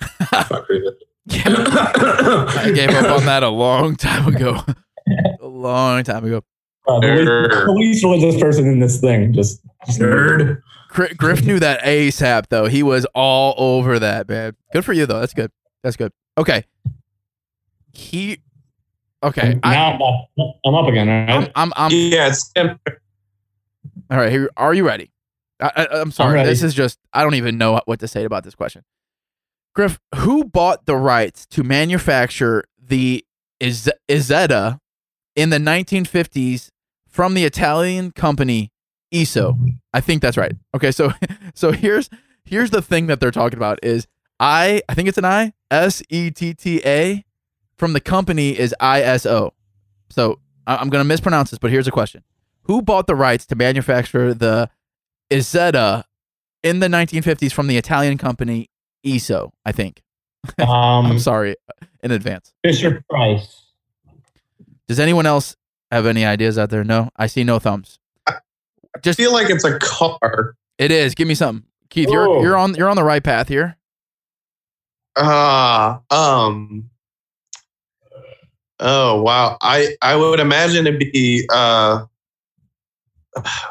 [SPEAKER 3] Fucker.
[SPEAKER 2] I gave up on that a long time ago. a long time ago.
[SPEAKER 5] Uh, the, least,
[SPEAKER 6] Err.
[SPEAKER 5] the least religious person in this thing. Just, just
[SPEAKER 3] Nerd.
[SPEAKER 2] Gri- Griff knew that ASAP though. He was all over that, man. Good for you though. That's good. That's good. Okay. He. Okay. I,
[SPEAKER 5] Now I'm up, I'm up again. All
[SPEAKER 2] I'm,
[SPEAKER 5] right.
[SPEAKER 2] I'm, I'm
[SPEAKER 6] Yeah, it's
[SPEAKER 2] all right. Here, are you ready? I, I, I'm sorry.
[SPEAKER 5] ready.
[SPEAKER 2] This is just, I don't even know what to say about this question. Griff, who bought the rights to manufacture the Iz- Izetta in the 1950s from the Italian company Iso? I think that's right. Okay, so so here's here's the thing that they're talking about is I I think it's an I S E T T A from the company is ISO. So I- I'm gonna mispronounce this, but here's a question: Who bought the rights to manufacture the Isetta in the 1950s from the Italian company ISO? I think. I'm
[SPEAKER 5] Um,
[SPEAKER 2] sorry uh, in advance.
[SPEAKER 5] Fisher Price.
[SPEAKER 2] Does anyone else have any ideas out there? No, I see no thumbs.
[SPEAKER 6] I feel like it's a car.
[SPEAKER 2] It is. Give me something, Keith. You're
[SPEAKER 5] Oh.
[SPEAKER 2] you're on you're on the right path here.
[SPEAKER 6] Ah, um. Oh wow. I I would imagine it'd be uh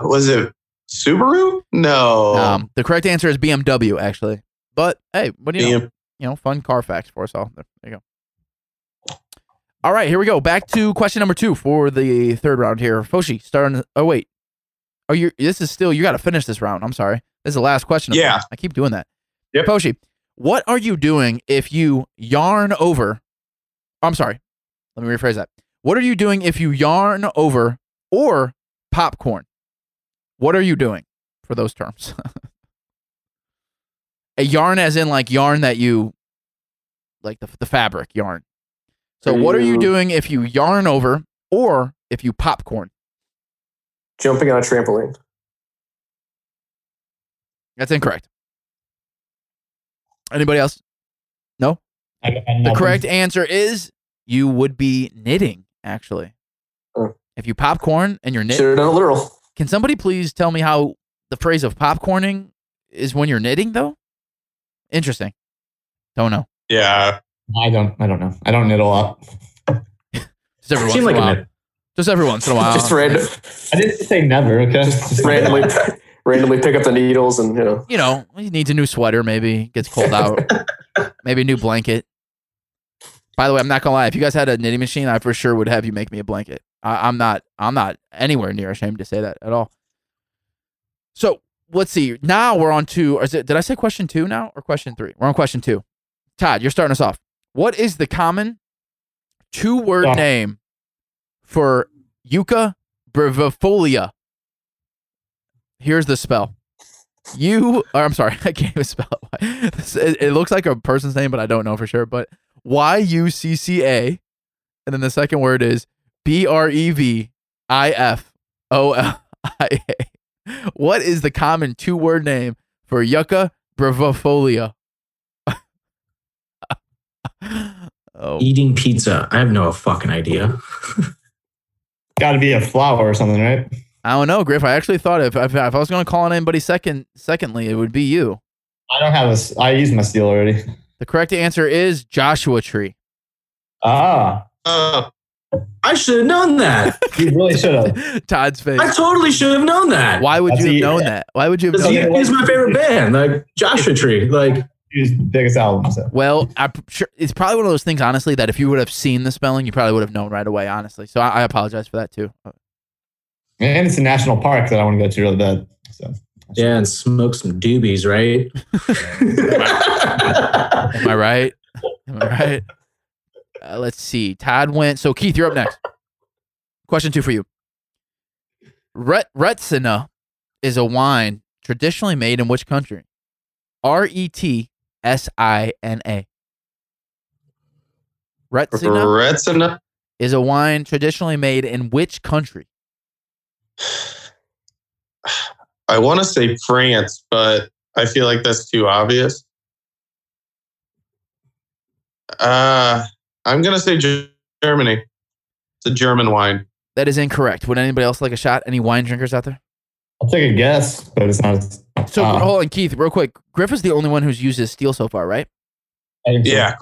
[SPEAKER 6] was it Subaru? No.
[SPEAKER 2] Um, the correct answer is BMW, actually. But hey, what do you know?
[SPEAKER 6] BM-
[SPEAKER 2] you know, fun car facts for us all. There, there you go. All right, here we go. Back to question number two for the third round here. Foshi, starting. Oh wait, oh you. This is still. You got to finish this round. I'm sorry. This is the last question. of the
[SPEAKER 6] Yeah.
[SPEAKER 2] round. I keep doing that.
[SPEAKER 6] Yep.
[SPEAKER 2] Foshi, what are you doing if you yarn over? I'm sorry. Let me rephrase that. What are you doing if you yarn over or popcorn? What are you doing for those terms? A yarn, as in like yarn that you, like the, the fabric yarn. So, what are you doing if you yarn over or if you popcorn?
[SPEAKER 4] Jumping on a trampoline.
[SPEAKER 2] That's incorrect. Anybody else?
[SPEAKER 5] I, I
[SPEAKER 2] The correct answer is you would be knitting actually.
[SPEAKER 3] Oh.
[SPEAKER 4] Sure.
[SPEAKER 2] If you popcorn and you're knitting,
[SPEAKER 4] Should have done it literal.
[SPEAKER 2] can somebody please tell me how the phrase of popcorning is when you're knitting though? Interesting. Don't know.
[SPEAKER 6] Yeah.
[SPEAKER 5] I don't. I don't know. I don't knit a lot.
[SPEAKER 2] Just every once in
[SPEAKER 3] Seemed
[SPEAKER 2] a
[SPEAKER 3] like a
[SPEAKER 2] while.
[SPEAKER 3] knit.
[SPEAKER 2] Just every once in a while.
[SPEAKER 4] Just random,
[SPEAKER 5] I didn't say never. Okay.
[SPEAKER 4] just randomly, randomly pick up the needles and you know.
[SPEAKER 2] you know, he needs a new sweater, maybe gets cold out, maybe a new blanket. By the way, I'm not gonna lie. If you guys had a knitting machine, I for sure would have you make me a blanket. I, I'm not. I'm not anywhere near ashamed to say that at all. So let's see. Now we're on to. Is it? Did I say question two now or question three? We're on question two. Todd, you're starting us off. What is the common two-word
[SPEAKER 5] Yeah.
[SPEAKER 2] name for Yucca brevifolia? Here's the spell. You, or I'm sorry, I can't even spell it. This- It, it looks like a person's name, but I don't know for sure. But Y U C C A, and then the second word is B R E V I F O L I A. What is the common two word name for Yucca brevifolia? oh,
[SPEAKER 3] Eating pizza. I have no fucking idea.
[SPEAKER 5] Got to be a flower or something, right?
[SPEAKER 2] I don't know, Griff. I actually thought if if, if I was going to call on anybody second, secondly, it would be you.
[SPEAKER 5] I don't have a. s- I used my steel already.
[SPEAKER 2] The correct answer is Joshua Tree.
[SPEAKER 5] Ah,
[SPEAKER 6] Uh,
[SPEAKER 3] I should have known that.
[SPEAKER 5] you really should have.
[SPEAKER 2] Todd's face.
[SPEAKER 3] I totally should have known that.
[SPEAKER 2] Why would
[SPEAKER 5] That's
[SPEAKER 2] you have
[SPEAKER 5] a-
[SPEAKER 2] known that? Why would you have
[SPEAKER 3] Because
[SPEAKER 2] known
[SPEAKER 3] he
[SPEAKER 5] Okay.
[SPEAKER 2] that?
[SPEAKER 3] is my favorite band, like Joshua Tree. Like
[SPEAKER 5] His biggest album. So.
[SPEAKER 2] Well, I'm sure it's probably one of those things, honestly, that if you would have seen the spelling, you probably would have known right away, honestly. So I, I apologize for that too.
[SPEAKER 5] And it's a national park that I want to go to really bad. So
[SPEAKER 3] yeah, and smoke some doobies, right?
[SPEAKER 2] Am I right? Am I right? Uh, let's see. Todd went. So Keith, you're up next. Question two for you. Ret- Retsina is a wine traditionally made in which country? R E T S I N A. Retsina
[SPEAKER 6] Retina.
[SPEAKER 2] is a wine traditionally made in which country?
[SPEAKER 6] I want to say France, but I feel like that's too obvious. Uh, I'm going to say Ge- Germany. It's a German wine.
[SPEAKER 2] That is incorrect. Would anybody else like a shot? Any wine drinkers out there?
[SPEAKER 5] I'll take a guess, but it's not.
[SPEAKER 2] So
[SPEAKER 5] Uh,
[SPEAKER 2] hold on, Keith, real quick. Griff is the only one who's used his steel so far, right?
[SPEAKER 5] I think so.
[SPEAKER 6] Yeah.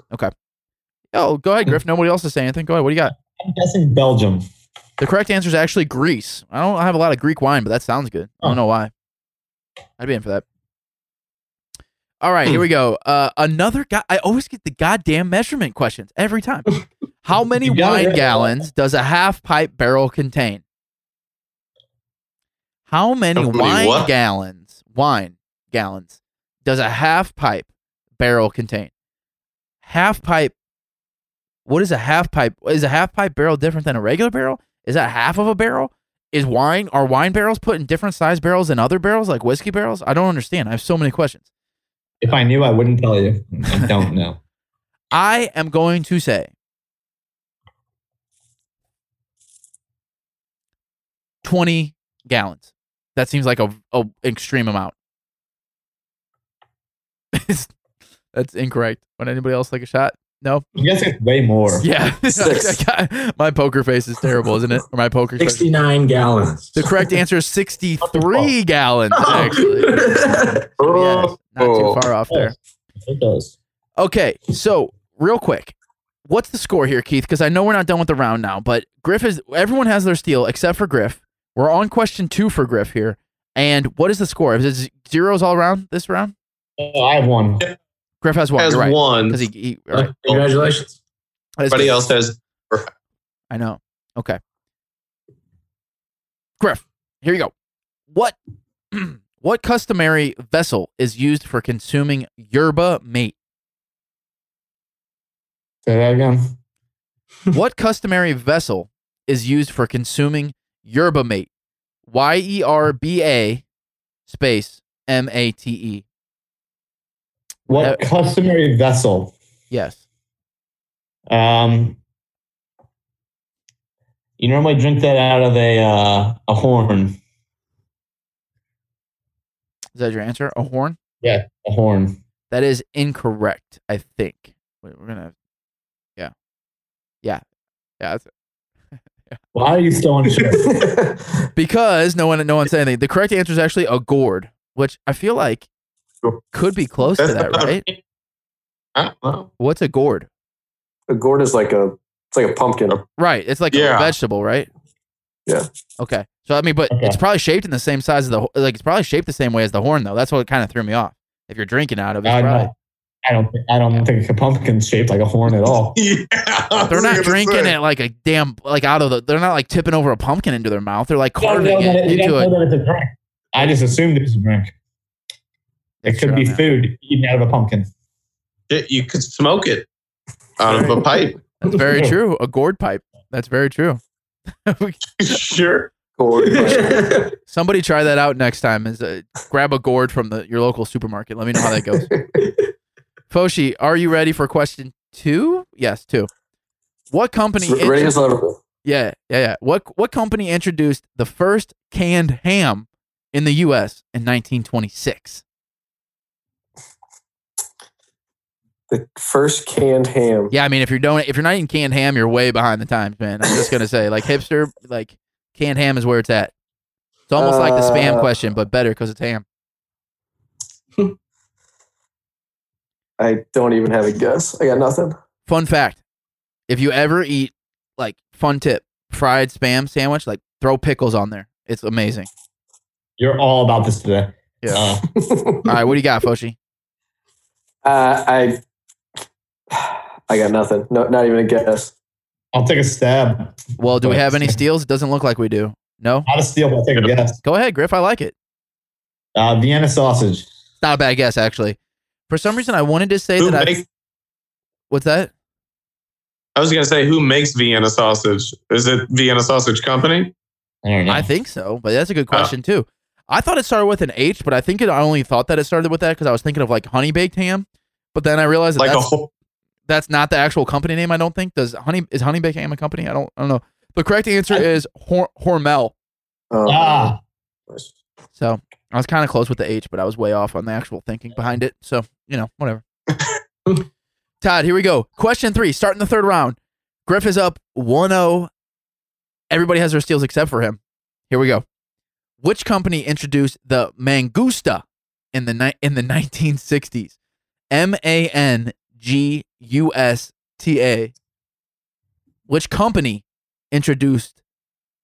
[SPEAKER 2] Oh, go ahead, Griff. Nobody else is saying anything. Go ahead. What do you got?
[SPEAKER 5] I'm guessing Belgium.
[SPEAKER 2] The correct answer is actually Greece. I don't have a lot of Greek wine, but that sounds good. I don't know why. I'd be in for that. All right, here we go.
[SPEAKER 5] Hmm.
[SPEAKER 2] Uh, another guy. I always get the goddamn measurement questions every time. How many
[SPEAKER 5] You got it
[SPEAKER 2] wine
[SPEAKER 5] right.
[SPEAKER 2] gallons does a half pipe barrel contain? How many
[SPEAKER 6] How many
[SPEAKER 2] wine
[SPEAKER 6] what?
[SPEAKER 2] gallons? Wine gallons does a half pipe barrel contain? Half pipe. What is a half pipe? Is a half pipe barrel different than a regular barrel? Is that half of a barrel? Is wine are wine barrels put in different size barrels than other barrels like whiskey barrels? I don't understand. I have so many questions.
[SPEAKER 5] If I knew, I wouldn't tell you. I don't know.
[SPEAKER 2] I am going to say twenty gallons. That seems like a, a extreme amount. That's incorrect. Would anybody else like a shot? No.
[SPEAKER 5] I'm guessing it's way more.
[SPEAKER 2] Yeah.
[SPEAKER 4] Six.
[SPEAKER 2] my poker face is terrible, isn't it? Or my poker. face.
[SPEAKER 3] Sixty-nine gallons.
[SPEAKER 2] The correct answer is sixty-three gallons. Actually.
[SPEAKER 6] Oh,
[SPEAKER 2] Yes, not too far off there.
[SPEAKER 5] It does.
[SPEAKER 2] Okay, so real quick, what's the score here, Keith? Because I know we're not done with the round now, but Griff is everyone has their steal except for Griff. We're on question two for Griff here. And what is the score? Is it zeros all around this round?
[SPEAKER 5] Oh, I have one.
[SPEAKER 2] Griff has one.
[SPEAKER 6] has
[SPEAKER 2] you're right.
[SPEAKER 6] one.
[SPEAKER 2] 'Cause he, he- all right.
[SPEAKER 3] Congratulations.
[SPEAKER 2] That is
[SPEAKER 6] Everybody
[SPEAKER 2] good.
[SPEAKER 6] else has.
[SPEAKER 2] I know. Okay. Griff, here you go. What what customary vessel is used for consuming yerba mate?
[SPEAKER 5] Say that again.
[SPEAKER 2] what customary vessel is used for consuming yerba mate? Y E R B A space M A T E.
[SPEAKER 5] What
[SPEAKER 2] Uh,
[SPEAKER 5] customary vessel?
[SPEAKER 2] Yes.
[SPEAKER 5] Um, you normally drink that out of a uh, a horn.
[SPEAKER 2] Is that your answer? A horn?
[SPEAKER 5] A horn.
[SPEAKER 2] That is incorrect, I think. Wait, we're going to. Yeah. Yeah, that's-
[SPEAKER 5] Why are you still on the show?
[SPEAKER 2] because no one no one said anything. The correct answer is actually a gourd, which I feel like
[SPEAKER 6] Sure.
[SPEAKER 2] could be close to that,
[SPEAKER 6] about
[SPEAKER 2] right?
[SPEAKER 6] it. I don't know.
[SPEAKER 2] What's a gourd?
[SPEAKER 4] A gourd is like a it's like a pumpkin.
[SPEAKER 2] Right, it's like a
[SPEAKER 6] Yeah.
[SPEAKER 2] vegetable, right?
[SPEAKER 4] Yeah.
[SPEAKER 2] Okay. So I mean, but
[SPEAKER 5] Okay.
[SPEAKER 2] it's probably shaped in the same size as the ho- like it's probably shaped the same way as the horn though. That's what kind of threw me off. If you're drinking out of it,
[SPEAKER 5] I
[SPEAKER 2] it's probably-
[SPEAKER 5] don't. I don't. think- I don't think a pumpkin's shaped like a horn at all.
[SPEAKER 6] Yeah, I was
[SPEAKER 2] they're
[SPEAKER 6] gonna
[SPEAKER 2] not drinking
[SPEAKER 6] say.
[SPEAKER 2] it like a damn like out of the. They're not like tipping over a pumpkin into their mouth. They're like
[SPEAKER 5] You don't
[SPEAKER 2] carving
[SPEAKER 5] know that
[SPEAKER 2] it
[SPEAKER 5] it- you don't
[SPEAKER 2] into a.
[SPEAKER 5] know that it's a drink. I just assumed it was a drink. It
[SPEAKER 2] That's
[SPEAKER 5] could
[SPEAKER 2] true,
[SPEAKER 5] be
[SPEAKER 2] man.
[SPEAKER 5] food eaten out of a pumpkin.
[SPEAKER 6] Yeah, you could smoke it out of a pipe.
[SPEAKER 2] That's very true. A gourd pipe. That's very true.
[SPEAKER 6] sure.
[SPEAKER 4] Gourd.
[SPEAKER 2] Somebody try that out next time. Is uh, grab a gourd from the your local supermarket. Let me know how that goes. Foshi, are you ready for question two? Yes, two. What company?
[SPEAKER 4] Ready as ever.
[SPEAKER 2] Yeah, yeah, yeah. What what company introduced the first canned ham in the U.S. in 1926?
[SPEAKER 4] The first canned ham.
[SPEAKER 2] Yeah, I mean, if you're doing if you're not eating canned ham, you're way behind the times, man. I'm just gonna say, like hipster, like canned ham is where it's at. It's almost like the spam
[SPEAKER 4] Uh,
[SPEAKER 2] question, but better because it's ham.
[SPEAKER 4] I don't even have a guess. I got nothing.
[SPEAKER 2] Fun fact: if you ever eat like fun tip fried spam sandwich, like throw pickles on there. It's amazing.
[SPEAKER 5] You're all about this today.
[SPEAKER 2] Yeah.
[SPEAKER 6] Oh.
[SPEAKER 5] Uh,
[SPEAKER 2] All right, what do you got, Foshi?
[SPEAKER 4] Uh, I I got nothing. No, not even a guess.
[SPEAKER 5] I'll take a stab.
[SPEAKER 2] Well, do we have any steals? It doesn't look like we do. No.
[SPEAKER 5] Not a steal, but I'll take a guess.
[SPEAKER 2] Go ahead, Griff. I like it.
[SPEAKER 5] Uh, Vienna sausage.
[SPEAKER 2] Not a bad guess, actually. For some reason, I wanted to say
[SPEAKER 6] Who
[SPEAKER 2] that. I,
[SPEAKER 6] make-
[SPEAKER 2] what's that?
[SPEAKER 6] I was gonna say who makes Vienna sausage? Is it Vienna Sausage Company?
[SPEAKER 5] I don't know.
[SPEAKER 2] I think so, but that's a
[SPEAKER 6] Oh.
[SPEAKER 2] good question too. I thought it started with an H, but I think it, I only thought that it started with that because I was thinking of like honey baked ham. But then I realized that
[SPEAKER 6] Like a
[SPEAKER 2] that's,
[SPEAKER 6] whole
[SPEAKER 2] that's not the actual company name. I don't think does honey is honey baked ham a company? I don't I don't know. The correct answer is Hor- Hormel.
[SPEAKER 4] Um,
[SPEAKER 5] ah,
[SPEAKER 2] So I was kind of close with the H, but I was way off on the actual thinking behind it. So you know, whatever. Todd, here we go. Question three, starting the third round. Griff is up 1-0. Everybody has their steals except for him. Here we go. Which company introduced the Mangusta in the ni- in the 1960s? M A N G U S T A. Which company introduced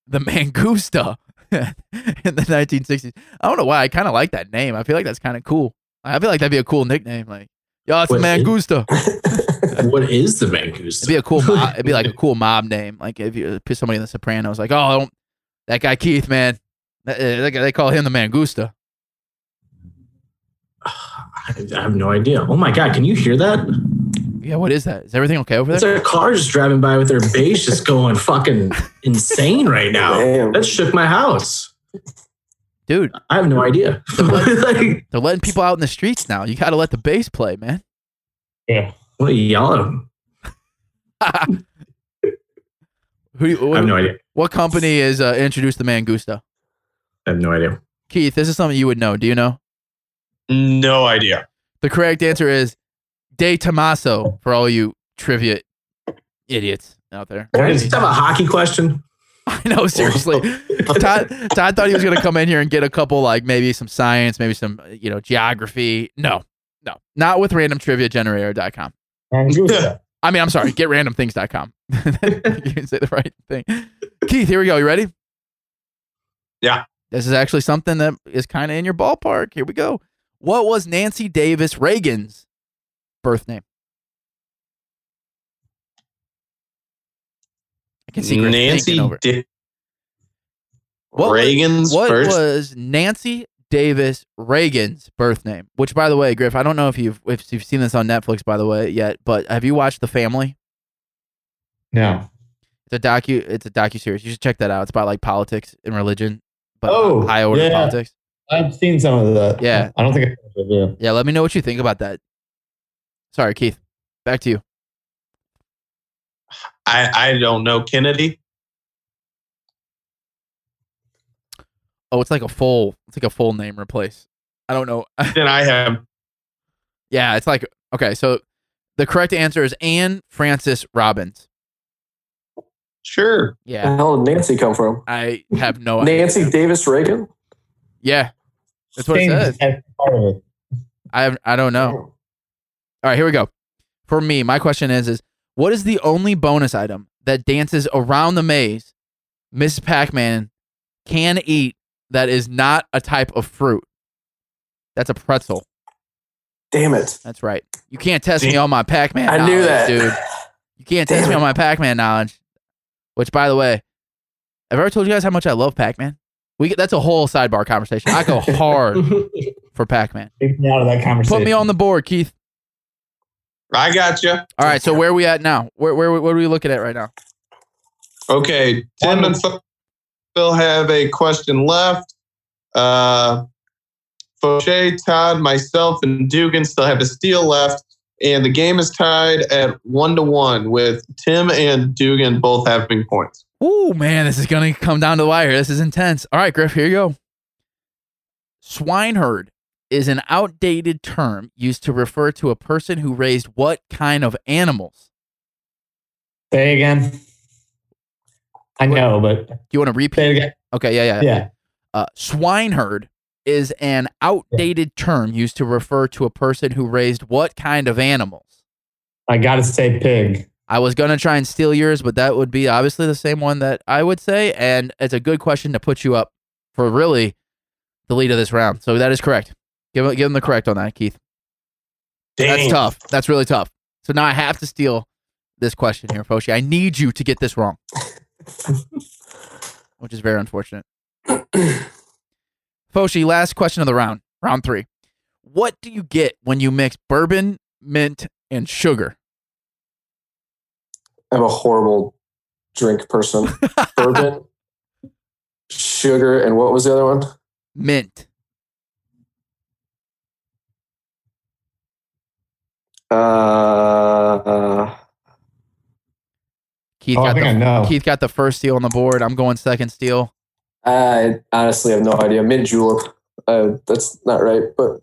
[SPEAKER 2] the Mangusta in the 1960s? I don't know why. I kind of like that name. I feel like that's kind of cool. I feel like that'd be a cool nickname. Like, yo, it's
[SPEAKER 3] What is-
[SPEAKER 2] Mangusta.
[SPEAKER 3] what is the Mangoose?
[SPEAKER 2] It'd be a cool mob. It'd be like a cool mob name. Like if you put somebody in The Sopranos, like, oh, don't, that guy Keith, man. That, uh, that guy, they call him the Mangusta.
[SPEAKER 3] I I have no idea. Oh my god, can you hear that?
[SPEAKER 2] Yeah, what is that? Is everything okay over
[SPEAKER 3] It's
[SPEAKER 2] there?
[SPEAKER 3] like a car just driving by with their bass just going fucking insane right now.
[SPEAKER 4] Damn.
[SPEAKER 3] That shook my house.
[SPEAKER 2] Dude,
[SPEAKER 3] I have no idea. like,
[SPEAKER 2] they're letting people out in the streets now. You got to let the bass play, man.
[SPEAKER 5] yeah.
[SPEAKER 3] what are you yelling? at them?
[SPEAKER 2] Who, do you-
[SPEAKER 3] I
[SPEAKER 2] what,
[SPEAKER 3] have no idea.
[SPEAKER 2] what company is uh, introduced the Mangusta?
[SPEAKER 3] I have no idea.
[SPEAKER 2] Keith, this is something you would know. Do you know?
[SPEAKER 6] no idea.
[SPEAKER 2] The correct answer is De Tomaso for all you trivia idiots out there.
[SPEAKER 3] Can I just have a hockey question?
[SPEAKER 2] I know, seriously. Todd, Todd thought he was going to come in here and get a couple, like maybe some science, maybe some, you know, geography. No, no, not with randomtriviagenerator.com.
[SPEAKER 5] Mangusta.
[SPEAKER 2] I mean, I'm sorry, get randomthings.com. you can say the right thing. Keith, here we go. You ready?
[SPEAKER 6] Yeah.
[SPEAKER 2] This is actually something that is kind of in your ballpark. Here we go. What was Nancy Davis Reagan's birth name? I can see Griff
[SPEAKER 6] Nancy
[SPEAKER 2] thinking over.
[SPEAKER 6] Di-
[SPEAKER 2] What was-
[SPEAKER 6] Reagan's
[SPEAKER 2] What
[SPEAKER 6] first.
[SPEAKER 2] was Nancy Davis Reagan's birth name? Which, by the way, Griff, I don't know if you've if you've seen this on Netflix, by the way, yet. But have you watched The Family?
[SPEAKER 5] no.
[SPEAKER 2] It's a docu. It's a docu series. You should check that out. It's about like politics and religion, but
[SPEAKER 5] Oh,
[SPEAKER 2] high order
[SPEAKER 5] yeah.
[SPEAKER 2] politics.
[SPEAKER 5] I've seen some of that.
[SPEAKER 2] Yeah.
[SPEAKER 5] I don't think I yeah.
[SPEAKER 2] Yeah, let me know what you think about that. Sorry, Keith. Back to you.
[SPEAKER 6] I, I don't know Kennedy.
[SPEAKER 2] Oh, it's like a full. It's like a full name replace. I don't know.
[SPEAKER 6] Then I have
[SPEAKER 2] yeah, it's like okay. So the correct answer is Anne Frances Robbins.
[SPEAKER 6] Sure.
[SPEAKER 2] Yeah.
[SPEAKER 4] Where the
[SPEAKER 5] Oh.
[SPEAKER 4] hell did Nancy come from?
[SPEAKER 2] I have no idea.
[SPEAKER 4] Nancy Davis Reagan?
[SPEAKER 2] Yeah. That's what it
[SPEAKER 5] Things
[SPEAKER 2] says.
[SPEAKER 5] as part of it.
[SPEAKER 2] I have, I don't know.
[SPEAKER 4] Oh.
[SPEAKER 2] All right, here we go. For me, my question is is what is the only bonus item that dances around the maze Mrs. Pac-Man can eat that is not a type of fruit? That's a pretzel.
[SPEAKER 4] Damn it.
[SPEAKER 2] That's right. You can't test me on my Pac-Man
[SPEAKER 4] I
[SPEAKER 2] knowledge,
[SPEAKER 4] knew that.
[SPEAKER 2] dude. You can't test
[SPEAKER 4] Damn
[SPEAKER 2] me
[SPEAKER 4] it.
[SPEAKER 2] on my Pac-Man knowledge. Which by the way, I've ever told you guys how much I love Pac-Man. We get, that's a whole sidebar conversation. I go hard for Pac-Man.
[SPEAKER 5] Take me out of that conversation.
[SPEAKER 2] Put me on the board, Keith.
[SPEAKER 6] I got you.
[SPEAKER 2] All right, so where are we at now? Where where what are we looking at right now?
[SPEAKER 6] Okay, Tim and Phil have a question left. Uh, Fauché, Todd, myself, and Dugan still have a steal left, and the game is tied at one to one with Tim and Dugan both having points.
[SPEAKER 2] Ooh, man, this is gonna come down to the wire. This is intense. All right, Griff, here you go. Swineherd is an outdated term used to refer to a person who raised what kind of animals?
[SPEAKER 5] Say again. I know, but
[SPEAKER 2] Do you want to
[SPEAKER 5] say it
[SPEAKER 2] repeat?
[SPEAKER 5] again.
[SPEAKER 2] Okay, yeah, yeah.
[SPEAKER 5] Yeah.
[SPEAKER 2] Uh, swineherd is an outdated term used to refer to a person who raised what kind of animals?
[SPEAKER 5] I got to say pig.
[SPEAKER 2] I was gonna try and steal yours, but that would be obviously the same one that I would say, and it's a good question to put you up for really the lead of this round. So that is correct. Give give him the correct on that, Keith. That's tough. That's really tough. So now I have to steal this question here, Foshi. I need you to get this wrong, which is very unfortunate. Foshi, last question of the round, round three. What do you get when you mix bourbon, mint, and sugar?
[SPEAKER 4] I'm a horrible drink person. Bourbon, sugar, and what was the other one?
[SPEAKER 2] Mint.
[SPEAKER 4] Uh, uh,
[SPEAKER 2] Keith
[SPEAKER 5] Oh, I
[SPEAKER 2] got
[SPEAKER 5] think
[SPEAKER 2] the
[SPEAKER 5] I know.
[SPEAKER 2] Keith got the first steal on the board. I'm going second steal.
[SPEAKER 4] I honestly have no idea. Mint julep. Uh, that's not right, but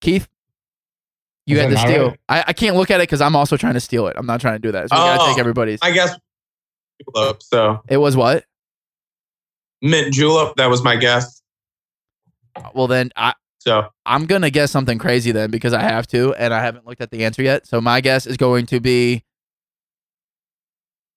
[SPEAKER 2] Keith, you
[SPEAKER 5] Is
[SPEAKER 2] had
[SPEAKER 5] that
[SPEAKER 2] the
[SPEAKER 5] not
[SPEAKER 2] steal.
[SPEAKER 5] right?
[SPEAKER 2] I, I can't look at it because I'm also trying to steal it. I'm not trying to do that. So we gotta
[SPEAKER 6] Oh.
[SPEAKER 2] take everybody's.
[SPEAKER 6] I guess julep. So
[SPEAKER 2] It was what?
[SPEAKER 6] mint julep. That was my guess.
[SPEAKER 2] Well then I
[SPEAKER 6] So
[SPEAKER 2] I'm gonna guess something crazy then because I have to and I haven't looked at the answer yet. So my guess is going to be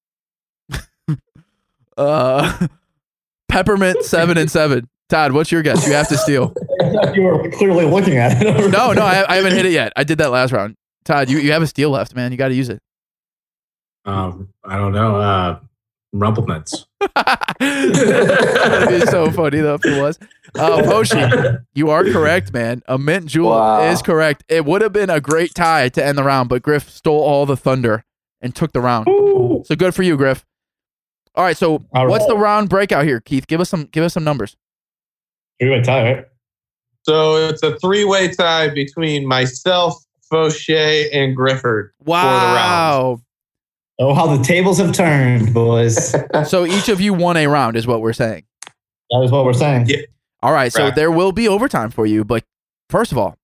[SPEAKER 2] uh peppermint seven and seven. Todd, what's your guess? You have to steal.
[SPEAKER 5] I thought you were clearly looking at it.
[SPEAKER 2] No, no, I, I haven't hit it yet. I did that last round. Todd, you, you have a steal left, man. You got to use it.
[SPEAKER 3] Um, I don't know. Uh, Rumple nuts.
[SPEAKER 2] That'd be so funny though if it was. Uh, Moshi, you are correct, man. A mint jewel
[SPEAKER 4] Wow.
[SPEAKER 2] is correct. It would have been a great tie to end the round, but Griff stole all the thunder and took the round.
[SPEAKER 5] Ooh.
[SPEAKER 2] So good for you, Griff. All right, so
[SPEAKER 5] All
[SPEAKER 2] what's
[SPEAKER 5] right.
[SPEAKER 2] the round breakout here, Keith? Give us some give us some numbers.
[SPEAKER 5] You're going to tie, right?
[SPEAKER 6] so it's a three way tie between myself, Fauché, and Grifford.
[SPEAKER 2] Wow.
[SPEAKER 6] round.
[SPEAKER 5] Oh, how the tables have turned, boys. that
[SPEAKER 2] So each of you won a round is what we're saying.
[SPEAKER 5] is what we're saying.
[SPEAKER 6] Yeah.
[SPEAKER 2] All right, so
[SPEAKER 6] Correct.
[SPEAKER 2] there will be overtime for you, but first of all,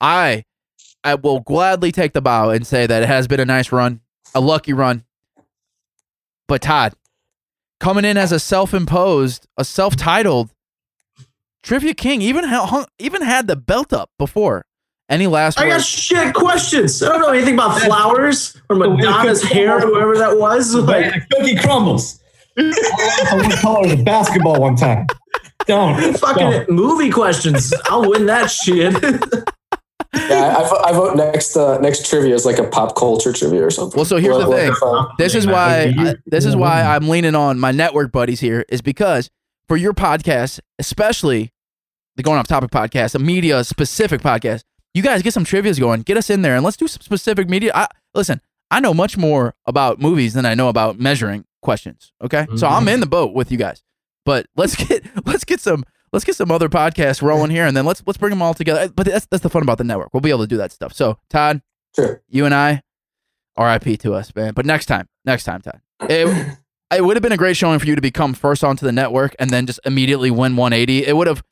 [SPEAKER 2] I I will gladly take the bow and say that it has been a nice run, a lucky run. But Todd, coming in as a self-imposed, a self-titled trivia king, even ha- hung, even had the belt up before. Any last
[SPEAKER 3] I got
[SPEAKER 2] words?
[SPEAKER 3] shit questions. I don't know anything about flowers or Madonna's hair, whoever that was.
[SPEAKER 5] Man,
[SPEAKER 3] Like,
[SPEAKER 5] the cookie crumbles. I want to color the basketball one time. Don't.
[SPEAKER 3] fucking movie questions. I'll win that shit.
[SPEAKER 4] yeah, I, I, vo- I vote next. Uh, next trivia is like a pop culture trivia or something.
[SPEAKER 2] Well, so here's the
[SPEAKER 4] Well,
[SPEAKER 2] thing.
[SPEAKER 4] well,
[SPEAKER 2] This is
[SPEAKER 5] Yeah,
[SPEAKER 2] why
[SPEAKER 5] you-
[SPEAKER 2] I- this is why
[SPEAKER 5] yeah.
[SPEAKER 2] I'm leaning on my network buddies here is because for your podcast, especially the going off topic podcast, a media specific podcast, you guys get some trivia's going. Get us in there and let's do some specific media. I, listen, I know much more about movies than I know about measuring questions. Okay, so
[SPEAKER 3] Mhm.
[SPEAKER 2] I'm
[SPEAKER 5] Mm-hmm.
[SPEAKER 2] in the boat with you guys, but let's get let's get some let's get some other podcasts rolling here, and then let's let's bring them all together. But that's that's the fun about the network. We'll be able to do that stuff. So Todd,
[SPEAKER 4] Sure.
[SPEAKER 2] you and I, RIP to us, man. But next time, next time, Todd. It, it would have been a great showing for you to become first onto the network and then just immediately win 180. It would have,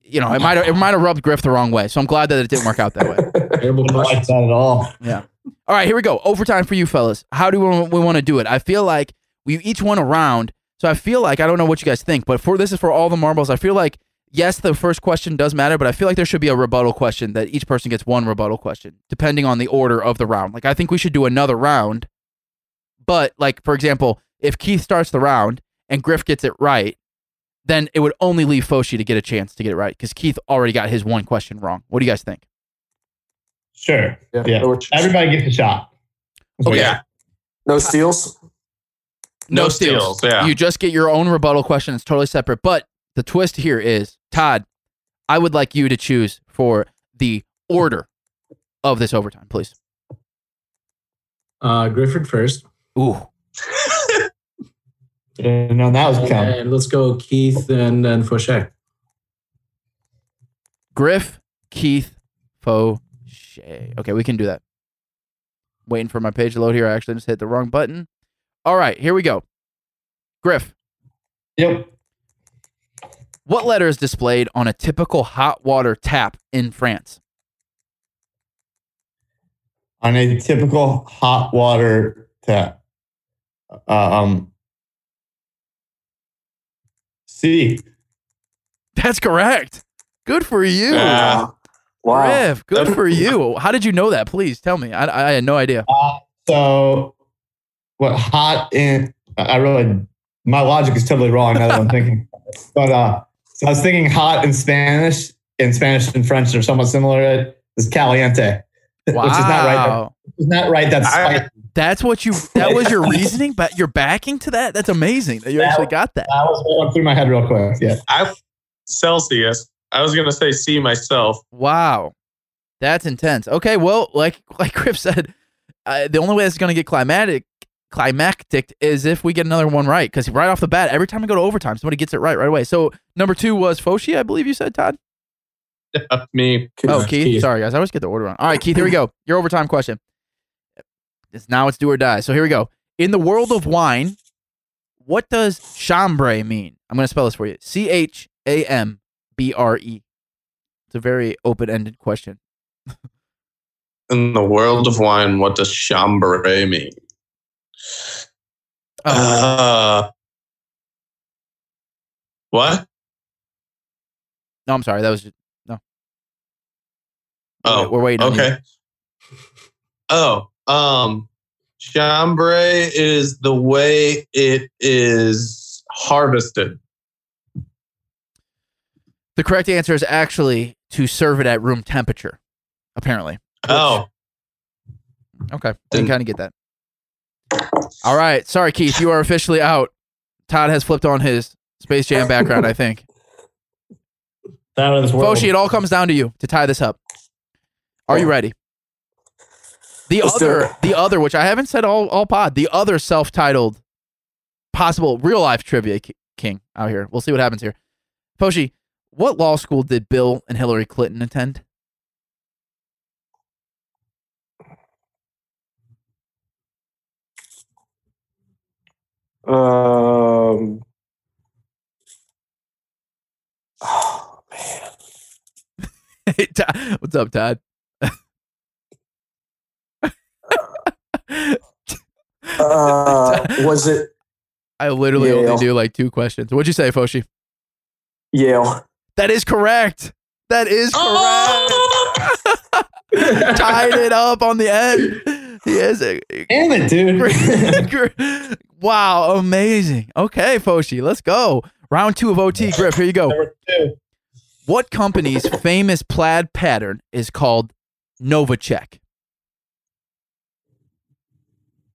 [SPEAKER 2] you know, it might have, it might have rubbed Griff the wrong way. So I'm glad that it didn't work out that way.
[SPEAKER 5] I don't like that at all.
[SPEAKER 2] All right, here we go. Overtime for you fellas. How do we, want- we want to do it? I feel like we each won a round. So I feel like I don't know what you guys think, but for this is for all the marbles. I feel like yes, the first question does matter, but I feel like there should be a rebuttal question that each person gets one rebuttal question depending on the order of the round. Like I think we should do another round. But like for example, if Keith starts the round and Griff gets it right, then it would only leave Foshi to get a chance to get it right because Keith already got his one question wrong. What do you guys think?
[SPEAKER 5] Sure.
[SPEAKER 6] Yeah.
[SPEAKER 5] Yeah. Everybody gets a shot. That's what
[SPEAKER 2] Okay.
[SPEAKER 5] we got.
[SPEAKER 4] No steals.
[SPEAKER 6] Oh, No steals, yeah.
[SPEAKER 2] You just get your own rebuttal question. It's totally separate. But the twist here is, Todd, I would like you to choose for the order of this overtime, please.
[SPEAKER 3] Uh, Grifford first.
[SPEAKER 2] Ooh.
[SPEAKER 5] Didn't know that was coming.
[SPEAKER 3] And let's go Keith and then Fauché.
[SPEAKER 2] Griff, Keith, Fauché. Okay, we can do that. Waiting for my page to load here. I actually just hit the wrong button. All right, here we go. Griff,
[SPEAKER 5] Yep.
[SPEAKER 2] what letter is displayed on a typical hot water tap in France?
[SPEAKER 5] On a typical hot water tap. Uh, um. C.
[SPEAKER 2] That's correct. Good for you.
[SPEAKER 6] Yeah.
[SPEAKER 4] Wow.
[SPEAKER 2] Griff, good for you. How did you know that? Please tell me. I, I had no idea.
[SPEAKER 5] uh, So, what hot in? I really, my logic is totally wrong now that I'm thinking. But uh, so I was thinking hot in Spanish, in Spanish and French are somewhat similar. It is caliente,
[SPEAKER 2] Wow.
[SPEAKER 5] which is not right. It's not right. That's
[SPEAKER 6] I-
[SPEAKER 5] spicy.
[SPEAKER 2] That's what you, that was your reasoning, but you're backing to that? That's amazing that you actually got that.
[SPEAKER 5] I was going through my head real quick. Yeah.
[SPEAKER 6] I Celsius. I was gonna say C myself.
[SPEAKER 2] Wow. That's intense. Okay. Well, like, like Griff said, uh, the only way it's going to get climatic, climactic is if we get another one right. Cause right off the bat, every time I go to overtime, somebody gets it right right away. So number two was Foshi, I believe you said, Todd.
[SPEAKER 6] Up me.
[SPEAKER 2] Oh, Keith. Sorry, guys. I always get the order wrong. All right, Keith, here we go. Your overtime question. It's now it's do or die. So here we go. In the world of wine, what does chambre mean? I'm going to spell this for you C H A M B R E. It's a very open ended question.
[SPEAKER 6] In the world of wine, what does chambre mean?
[SPEAKER 2] Oh,
[SPEAKER 6] Uh, what?
[SPEAKER 2] no, I'm sorry. That was just, no.
[SPEAKER 6] Oh,
[SPEAKER 2] we're waiting. on you.
[SPEAKER 6] okay. Oh, um, chambre is the way it is harvested.
[SPEAKER 2] The correct answer is actually to serve it at room temperature, apparently.
[SPEAKER 6] Oh,
[SPEAKER 2] Okay. Didn't kind of get that. All right. Sorry, Keith. You are officially out. Todd has flipped on his Space Jam background, I think.
[SPEAKER 5] That was
[SPEAKER 2] Foshi, it all comes down to you to tie this up. Are you ready? The
[SPEAKER 4] Let's do
[SPEAKER 2] other,
[SPEAKER 4] it.
[SPEAKER 2] the other, which I haven't said all, all pod, the other self-titled possible real life trivia ki- king out here. We'll see what happens here. Foshi, what law school did Bill and Hillary Clinton attend?
[SPEAKER 4] Um. Oh man.
[SPEAKER 2] Hey, Todd. What's up, Todd?
[SPEAKER 4] Uh, was it
[SPEAKER 2] I literally
[SPEAKER 4] Yale.
[SPEAKER 2] only do like two questions. What'd you say, Foshi?
[SPEAKER 4] Yale?
[SPEAKER 2] That is correct. That is correct. Tied it up on the end. He is a,
[SPEAKER 5] Damn it, dude.
[SPEAKER 2] Gr- wow, amazing. Okay, Foshi, let's go. Round two of OT. Griff, here you go.
[SPEAKER 5] Number two.
[SPEAKER 2] What company's famous plaid pattern is called Novacek?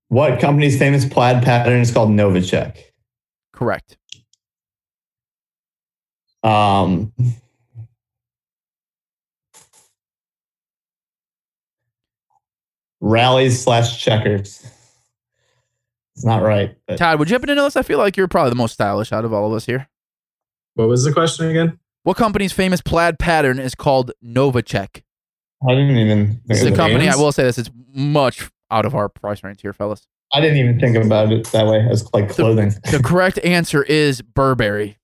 [SPEAKER 5] What company's famous plaid pattern is called Novacek?
[SPEAKER 2] Correct.
[SPEAKER 5] Um, rallies slash checkers. It's not right. But
[SPEAKER 2] Todd, would you happen to know this? I feel like you're probably the most stylish out of all of us here.
[SPEAKER 3] What was the question again?
[SPEAKER 2] What company's famous plaid pattern is called Novacek?
[SPEAKER 5] I didn't even
[SPEAKER 2] It's
[SPEAKER 5] think
[SPEAKER 2] a
[SPEAKER 5] of it.
[SPEAKER 2] company, I
[SPEAKER 3] Vans?
[SPEAKER 2] will say this, it's much out of our price range here, fellas.
[SPEAKER 5] I didn't even think about it that way. As like clothing.
[SPEAKER 2] The correct answer is Burberry.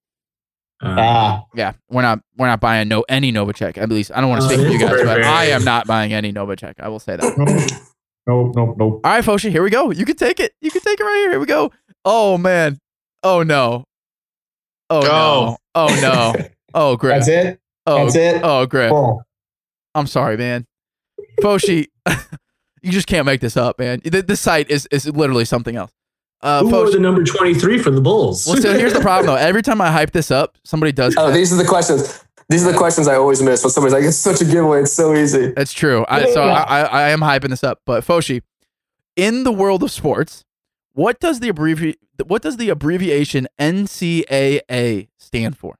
[SPEAKER 3] Uh,
[SPEAKER 5] Ah,
[SPEAKER 2] Yeah, we're not we're not buying no any Novacek. At least I don't want to
[SPEAKER 3] Uh,
[SPEAKER 2] speak for you guys, but
[SPEAKER 3] Burberry.
[SPEAKER 2] I am not buying any Novacek. I will say that.
[SPEAKER 5] Nope, nope, nope.
[SPEAKER 2] All right, Fosha, here we go. You can take it. You can take it right here. Here we go. Oh man. Oh no. Oh no. Oh no. Oh
[SPEAKER 5] That's
[SPEAKER 2] Griff.
[SPEAKER 5] it.
[SPEAKER 2] Oh,
[SPEAKER 5] That's it.
[SPEAKER 2] oh Griff.
[SPEAKER 5] Cool.
[SPEAKER 2] I'm sorry, man. Foshi, you just can't make this up, man. Th- This site is is literally something else. Uh,
[SPEAKER 3] Who wore
[SPEAKER 2] Foshi,
[SPEAKER 3] the number 23 for the Bulls?
[SPEAKER 2] well, so here's the problem though. Every time I hype this up, somebody does.
[SPEAKER 4] Oh, these are the questions. These are the questions I always miss when somebody's like, "It's such a giveaway. It's so easy."
[SPEAKER 2] That's true. I, so I, I, I am hyping this up. But Foshi, in the world of sports, what does the abbrevi- what does the abbreviation NCAA stand for?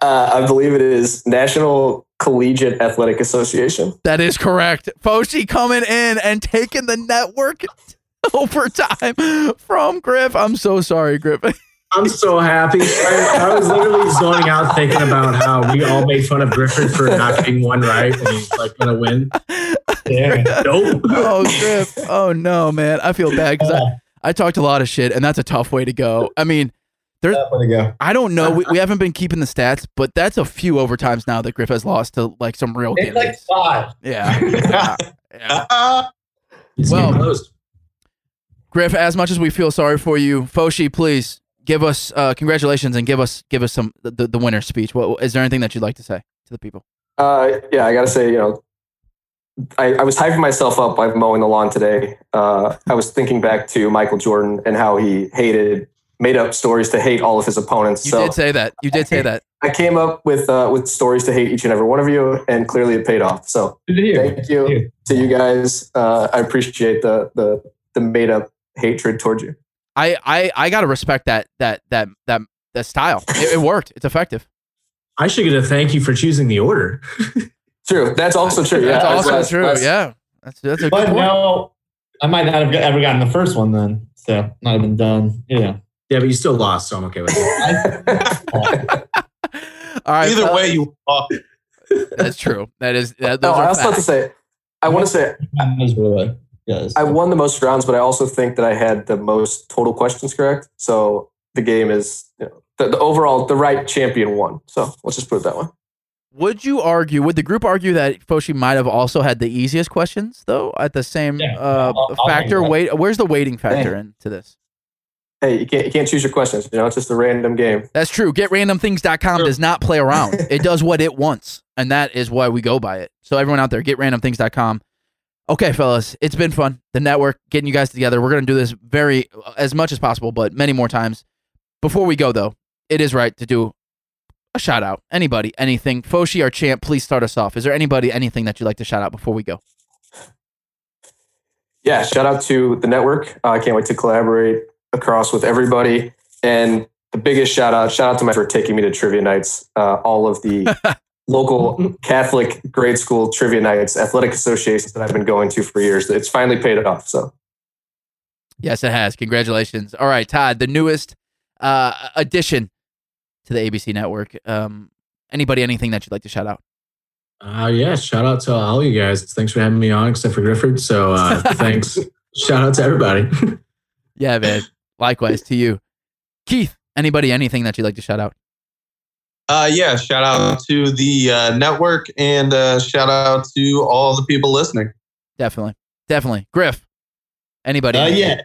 [SPEAKER 4] Uh, I believe it is National Collegiate Athletic Association.
[SPEAKER 2] That is correct. Foshi coming in and taking the network overtime from Griff. I'm so sorry, Griff.
[SPEAKER 3] I'm so happy. I, I was literally zoning out thinking about how we all made fun of Griffin for not getting one right when he's like gonna win.
[SPEAKER 5] Yeah.
[SPEAKER 3] Nope.
[SPEAKER 2] oh, Griff. Oh no, man. I feel bad because
[SPEAKER 5] Uh-huh.
[SPEAKER 2] I, I talked a lot of shit, and that's a tough way to go. I mean,
[SPEAKER 5] Way to go.
[SPEAKER 2] I don't know. We, we haven't been keeping the stats, but that's a few overtimes now that Griff has lost to like some real
[SPEAKER 5] It's like
[SPEAKER 2] candidates.
[SPEAKER 5] five.
[SPEAKER 2] yeah. yeah. Yeah.
[SPEAKER 6] Uh,
[SPEAKER 3] It's
[SPEAKER 2] Well-
[SPEAKER 3] getting close.
[SPEAKER 2] Griff, as much as we feel sorry for you, Foshi, please give us uh, congratulations and give us give us some the, the winner speech. What is there anything that you'd like to say to the people?
[SPEAKER 4] Uh, yeah, I gotta say, you know, I, I was hyping myself up by mowing the lawn today. Uh, I was thinking back to Michael Jordan and how he hated, made up stories to hate all of his opponents.
[SPEAKER 2] You
[SPEAKER 4] so
[SPEAKER 2] did say that. You did say that.
[SPEAKER 4] I came up with uh, with stories to hate each and every one of you, and clearly it paid off. So
[SPEAKER 5] Good to hear.
[SPEAKER 4] thank you
[SPEAKER 5] you.
[SPEAKER 4] to you guys. Uh, I appreciate the the the made up hatred towards you.
[SPEAKER 2] I I, I gotta respect that that that that that style. It, it worked. It's effective.
[SPEAKER 3] I should get a thank you for choosing the order.
[SPEAKER 4] True. That's also true.
[SPEAKER 2] that's
[SPEAKER 4] yeah, I was
[SPEAKER 2] also
[SPEAKER 4] last-
[SPEAKER 2] true.
[SPEAKER 4] last-
[SPEAKER 2] yeah. That's that's a good
[SPEAKER 5] But
[SPEAKER 2] point.
[SPEAKER 5] no, I might not have ever gotten the first one then. So might have been done. Yeah.
[SPEAKER 3] Yeah, but you still lost, so I'm okay with it.
[SPEAKER 2] All right.
[SPEAKER 6] either
[SPEAKER 2] fellas.
[SPEAKER 6] way, you are.
[SPEAKER 2] That's true. That is. That,
[SPEAKER 4] No,
[SPEAKER 2] those
[SPEAKER 4] I
[SPEAKER 2] are
[SPEAKER 4] also have to
[SPEAKER 2] facts.
[SPEAKER 4] say, I want to say
[SPEAKER 5] That was really yes.
[SPEAKER 4] I won the most rounds, but I also think that I had the most total questions correct. So the game is you know, the, the overall the right champion won. So let's just put it that way.
[SPEAKER 2] Would you argue? Would the group argue that Foshi might have also had the easiest questions though? At the same
[SPEAKER 5] Yeah,
[SPEAKER 2] uh,
[SPEAKER 5] I'll- I'll
[SPEAKER 2] factor,
[SPEAKER 5] take that.
[SPEAKER 2] weight. Where's the weighting factor into this?
[SPEAKER 4] Hey, you can't you can't choose your questions. You know, it's just a random game.
[SPEAKER 2] That's true. GetRandomThings.com
[SPEAKER 6] Sure.
[SPEAKER 2] does not play around. it does what it wants, and that is why we go by it. So everyone out there, GetRandomThings.com. Okay, fellas, it's been fun. The network getting you guys together. We're gonna do this very uh, as much as possible, but many more times. Before we go though, it is right to do a shout out. Anybody, anything. Foshi, our champ, please start us off. Is there anybody, anything that you'd like to shout out before we go?
[SPEAKER 4] yeah, shout out to the network. Uh, I can't wait to collaborate across with everybody. And the biggest shout out, shout out to my for taking me to trivia nights. Uh, all of the local Catholic grade school trivia nights, athletic associations that I've been going to for years. It's finally paid off. So
[SPEAKER 2] Yes, it has. Congratulations. All right, Todd, the newest uh, addition to the ABC network. Um, anybody, anything that you'd like to shout out?
[SPEAKER 3] Uh, yeah, shout out to all you guys. Thanks for having me on, except for Grifford. So uh, thanks. Shout out to everybody.
[SPEAKER 2] Yeah, man. Likewise to you, Keith. Anybody, anything that you'd like to shout out?
[SPEAKER 6] Uh, yeah, shout out to the uh, network and uh, shout out to all the people listening.
[SPEAKER 2] Definitely, definitely. Griff. Anybody?
[SPEAKER 5] Uh, yeah.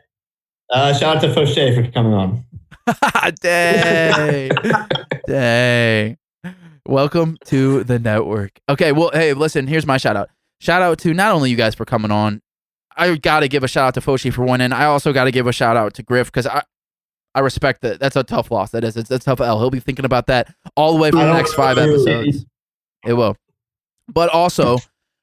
[SPEAKER 5] Uh, shout out to Fauché for coming on.
[SPEAKER 2] Dang. Dang. Welcome to the network. Okay, well, hey, listen, here's my shout out. Shout out to not only you guys for coming on. I got to give a shout out to Foshi for one, and I also got to give a shout out to Griff because I, I respect that. That's a tough loss. That is. It's a tough L. He'll be thinking about that all the way for
[SPEAKER 5] I
[SPEAKER 2] the
[SPEAKER 5] don't
[SPEAKER 2] next five
[SPEAKER 5] know.
[SPEAKER 2] episodes. It will. But also,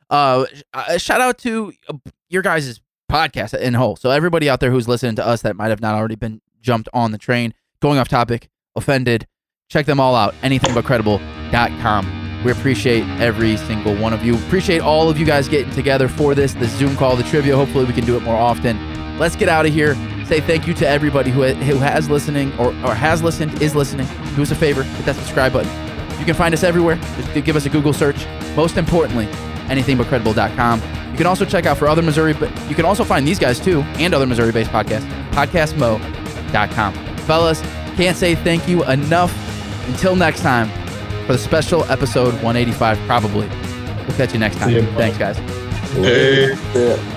[SPEAKER 2] uh, sh- uh, shout out to uh, your guys' podcast in whole. So everybody out there who's listening to us that might have not already been jumped on the train, going off topic, offended, check them all out. Anythingbutcredible.com. We appreciate every single one of you. Appreciate all of you guys getting together for this, the Zoom call, the trivia. Hopefully, we can do it more often. Let's get out of here. Say thank you to everybody who, who has listening or, or has listened, is listening. Do us a favor, hit that subscribe button. You can find us everywhere. Just give us a Google search. Most importantly, anythingbutcredible.com. You can also check out for other Missouri, but you can also find these guys too and other Missouri based podcasts, podcastmo.com. Fellas, can't say thank you enough. Until next time, for the special episode 185, probably We'll catch you next time.
[SPEAKER 5] See ya.
[SPEAKER 2] Thanks, guys.
[SPEAKER 6] Hey.
[SPEAKER 4] Yeah.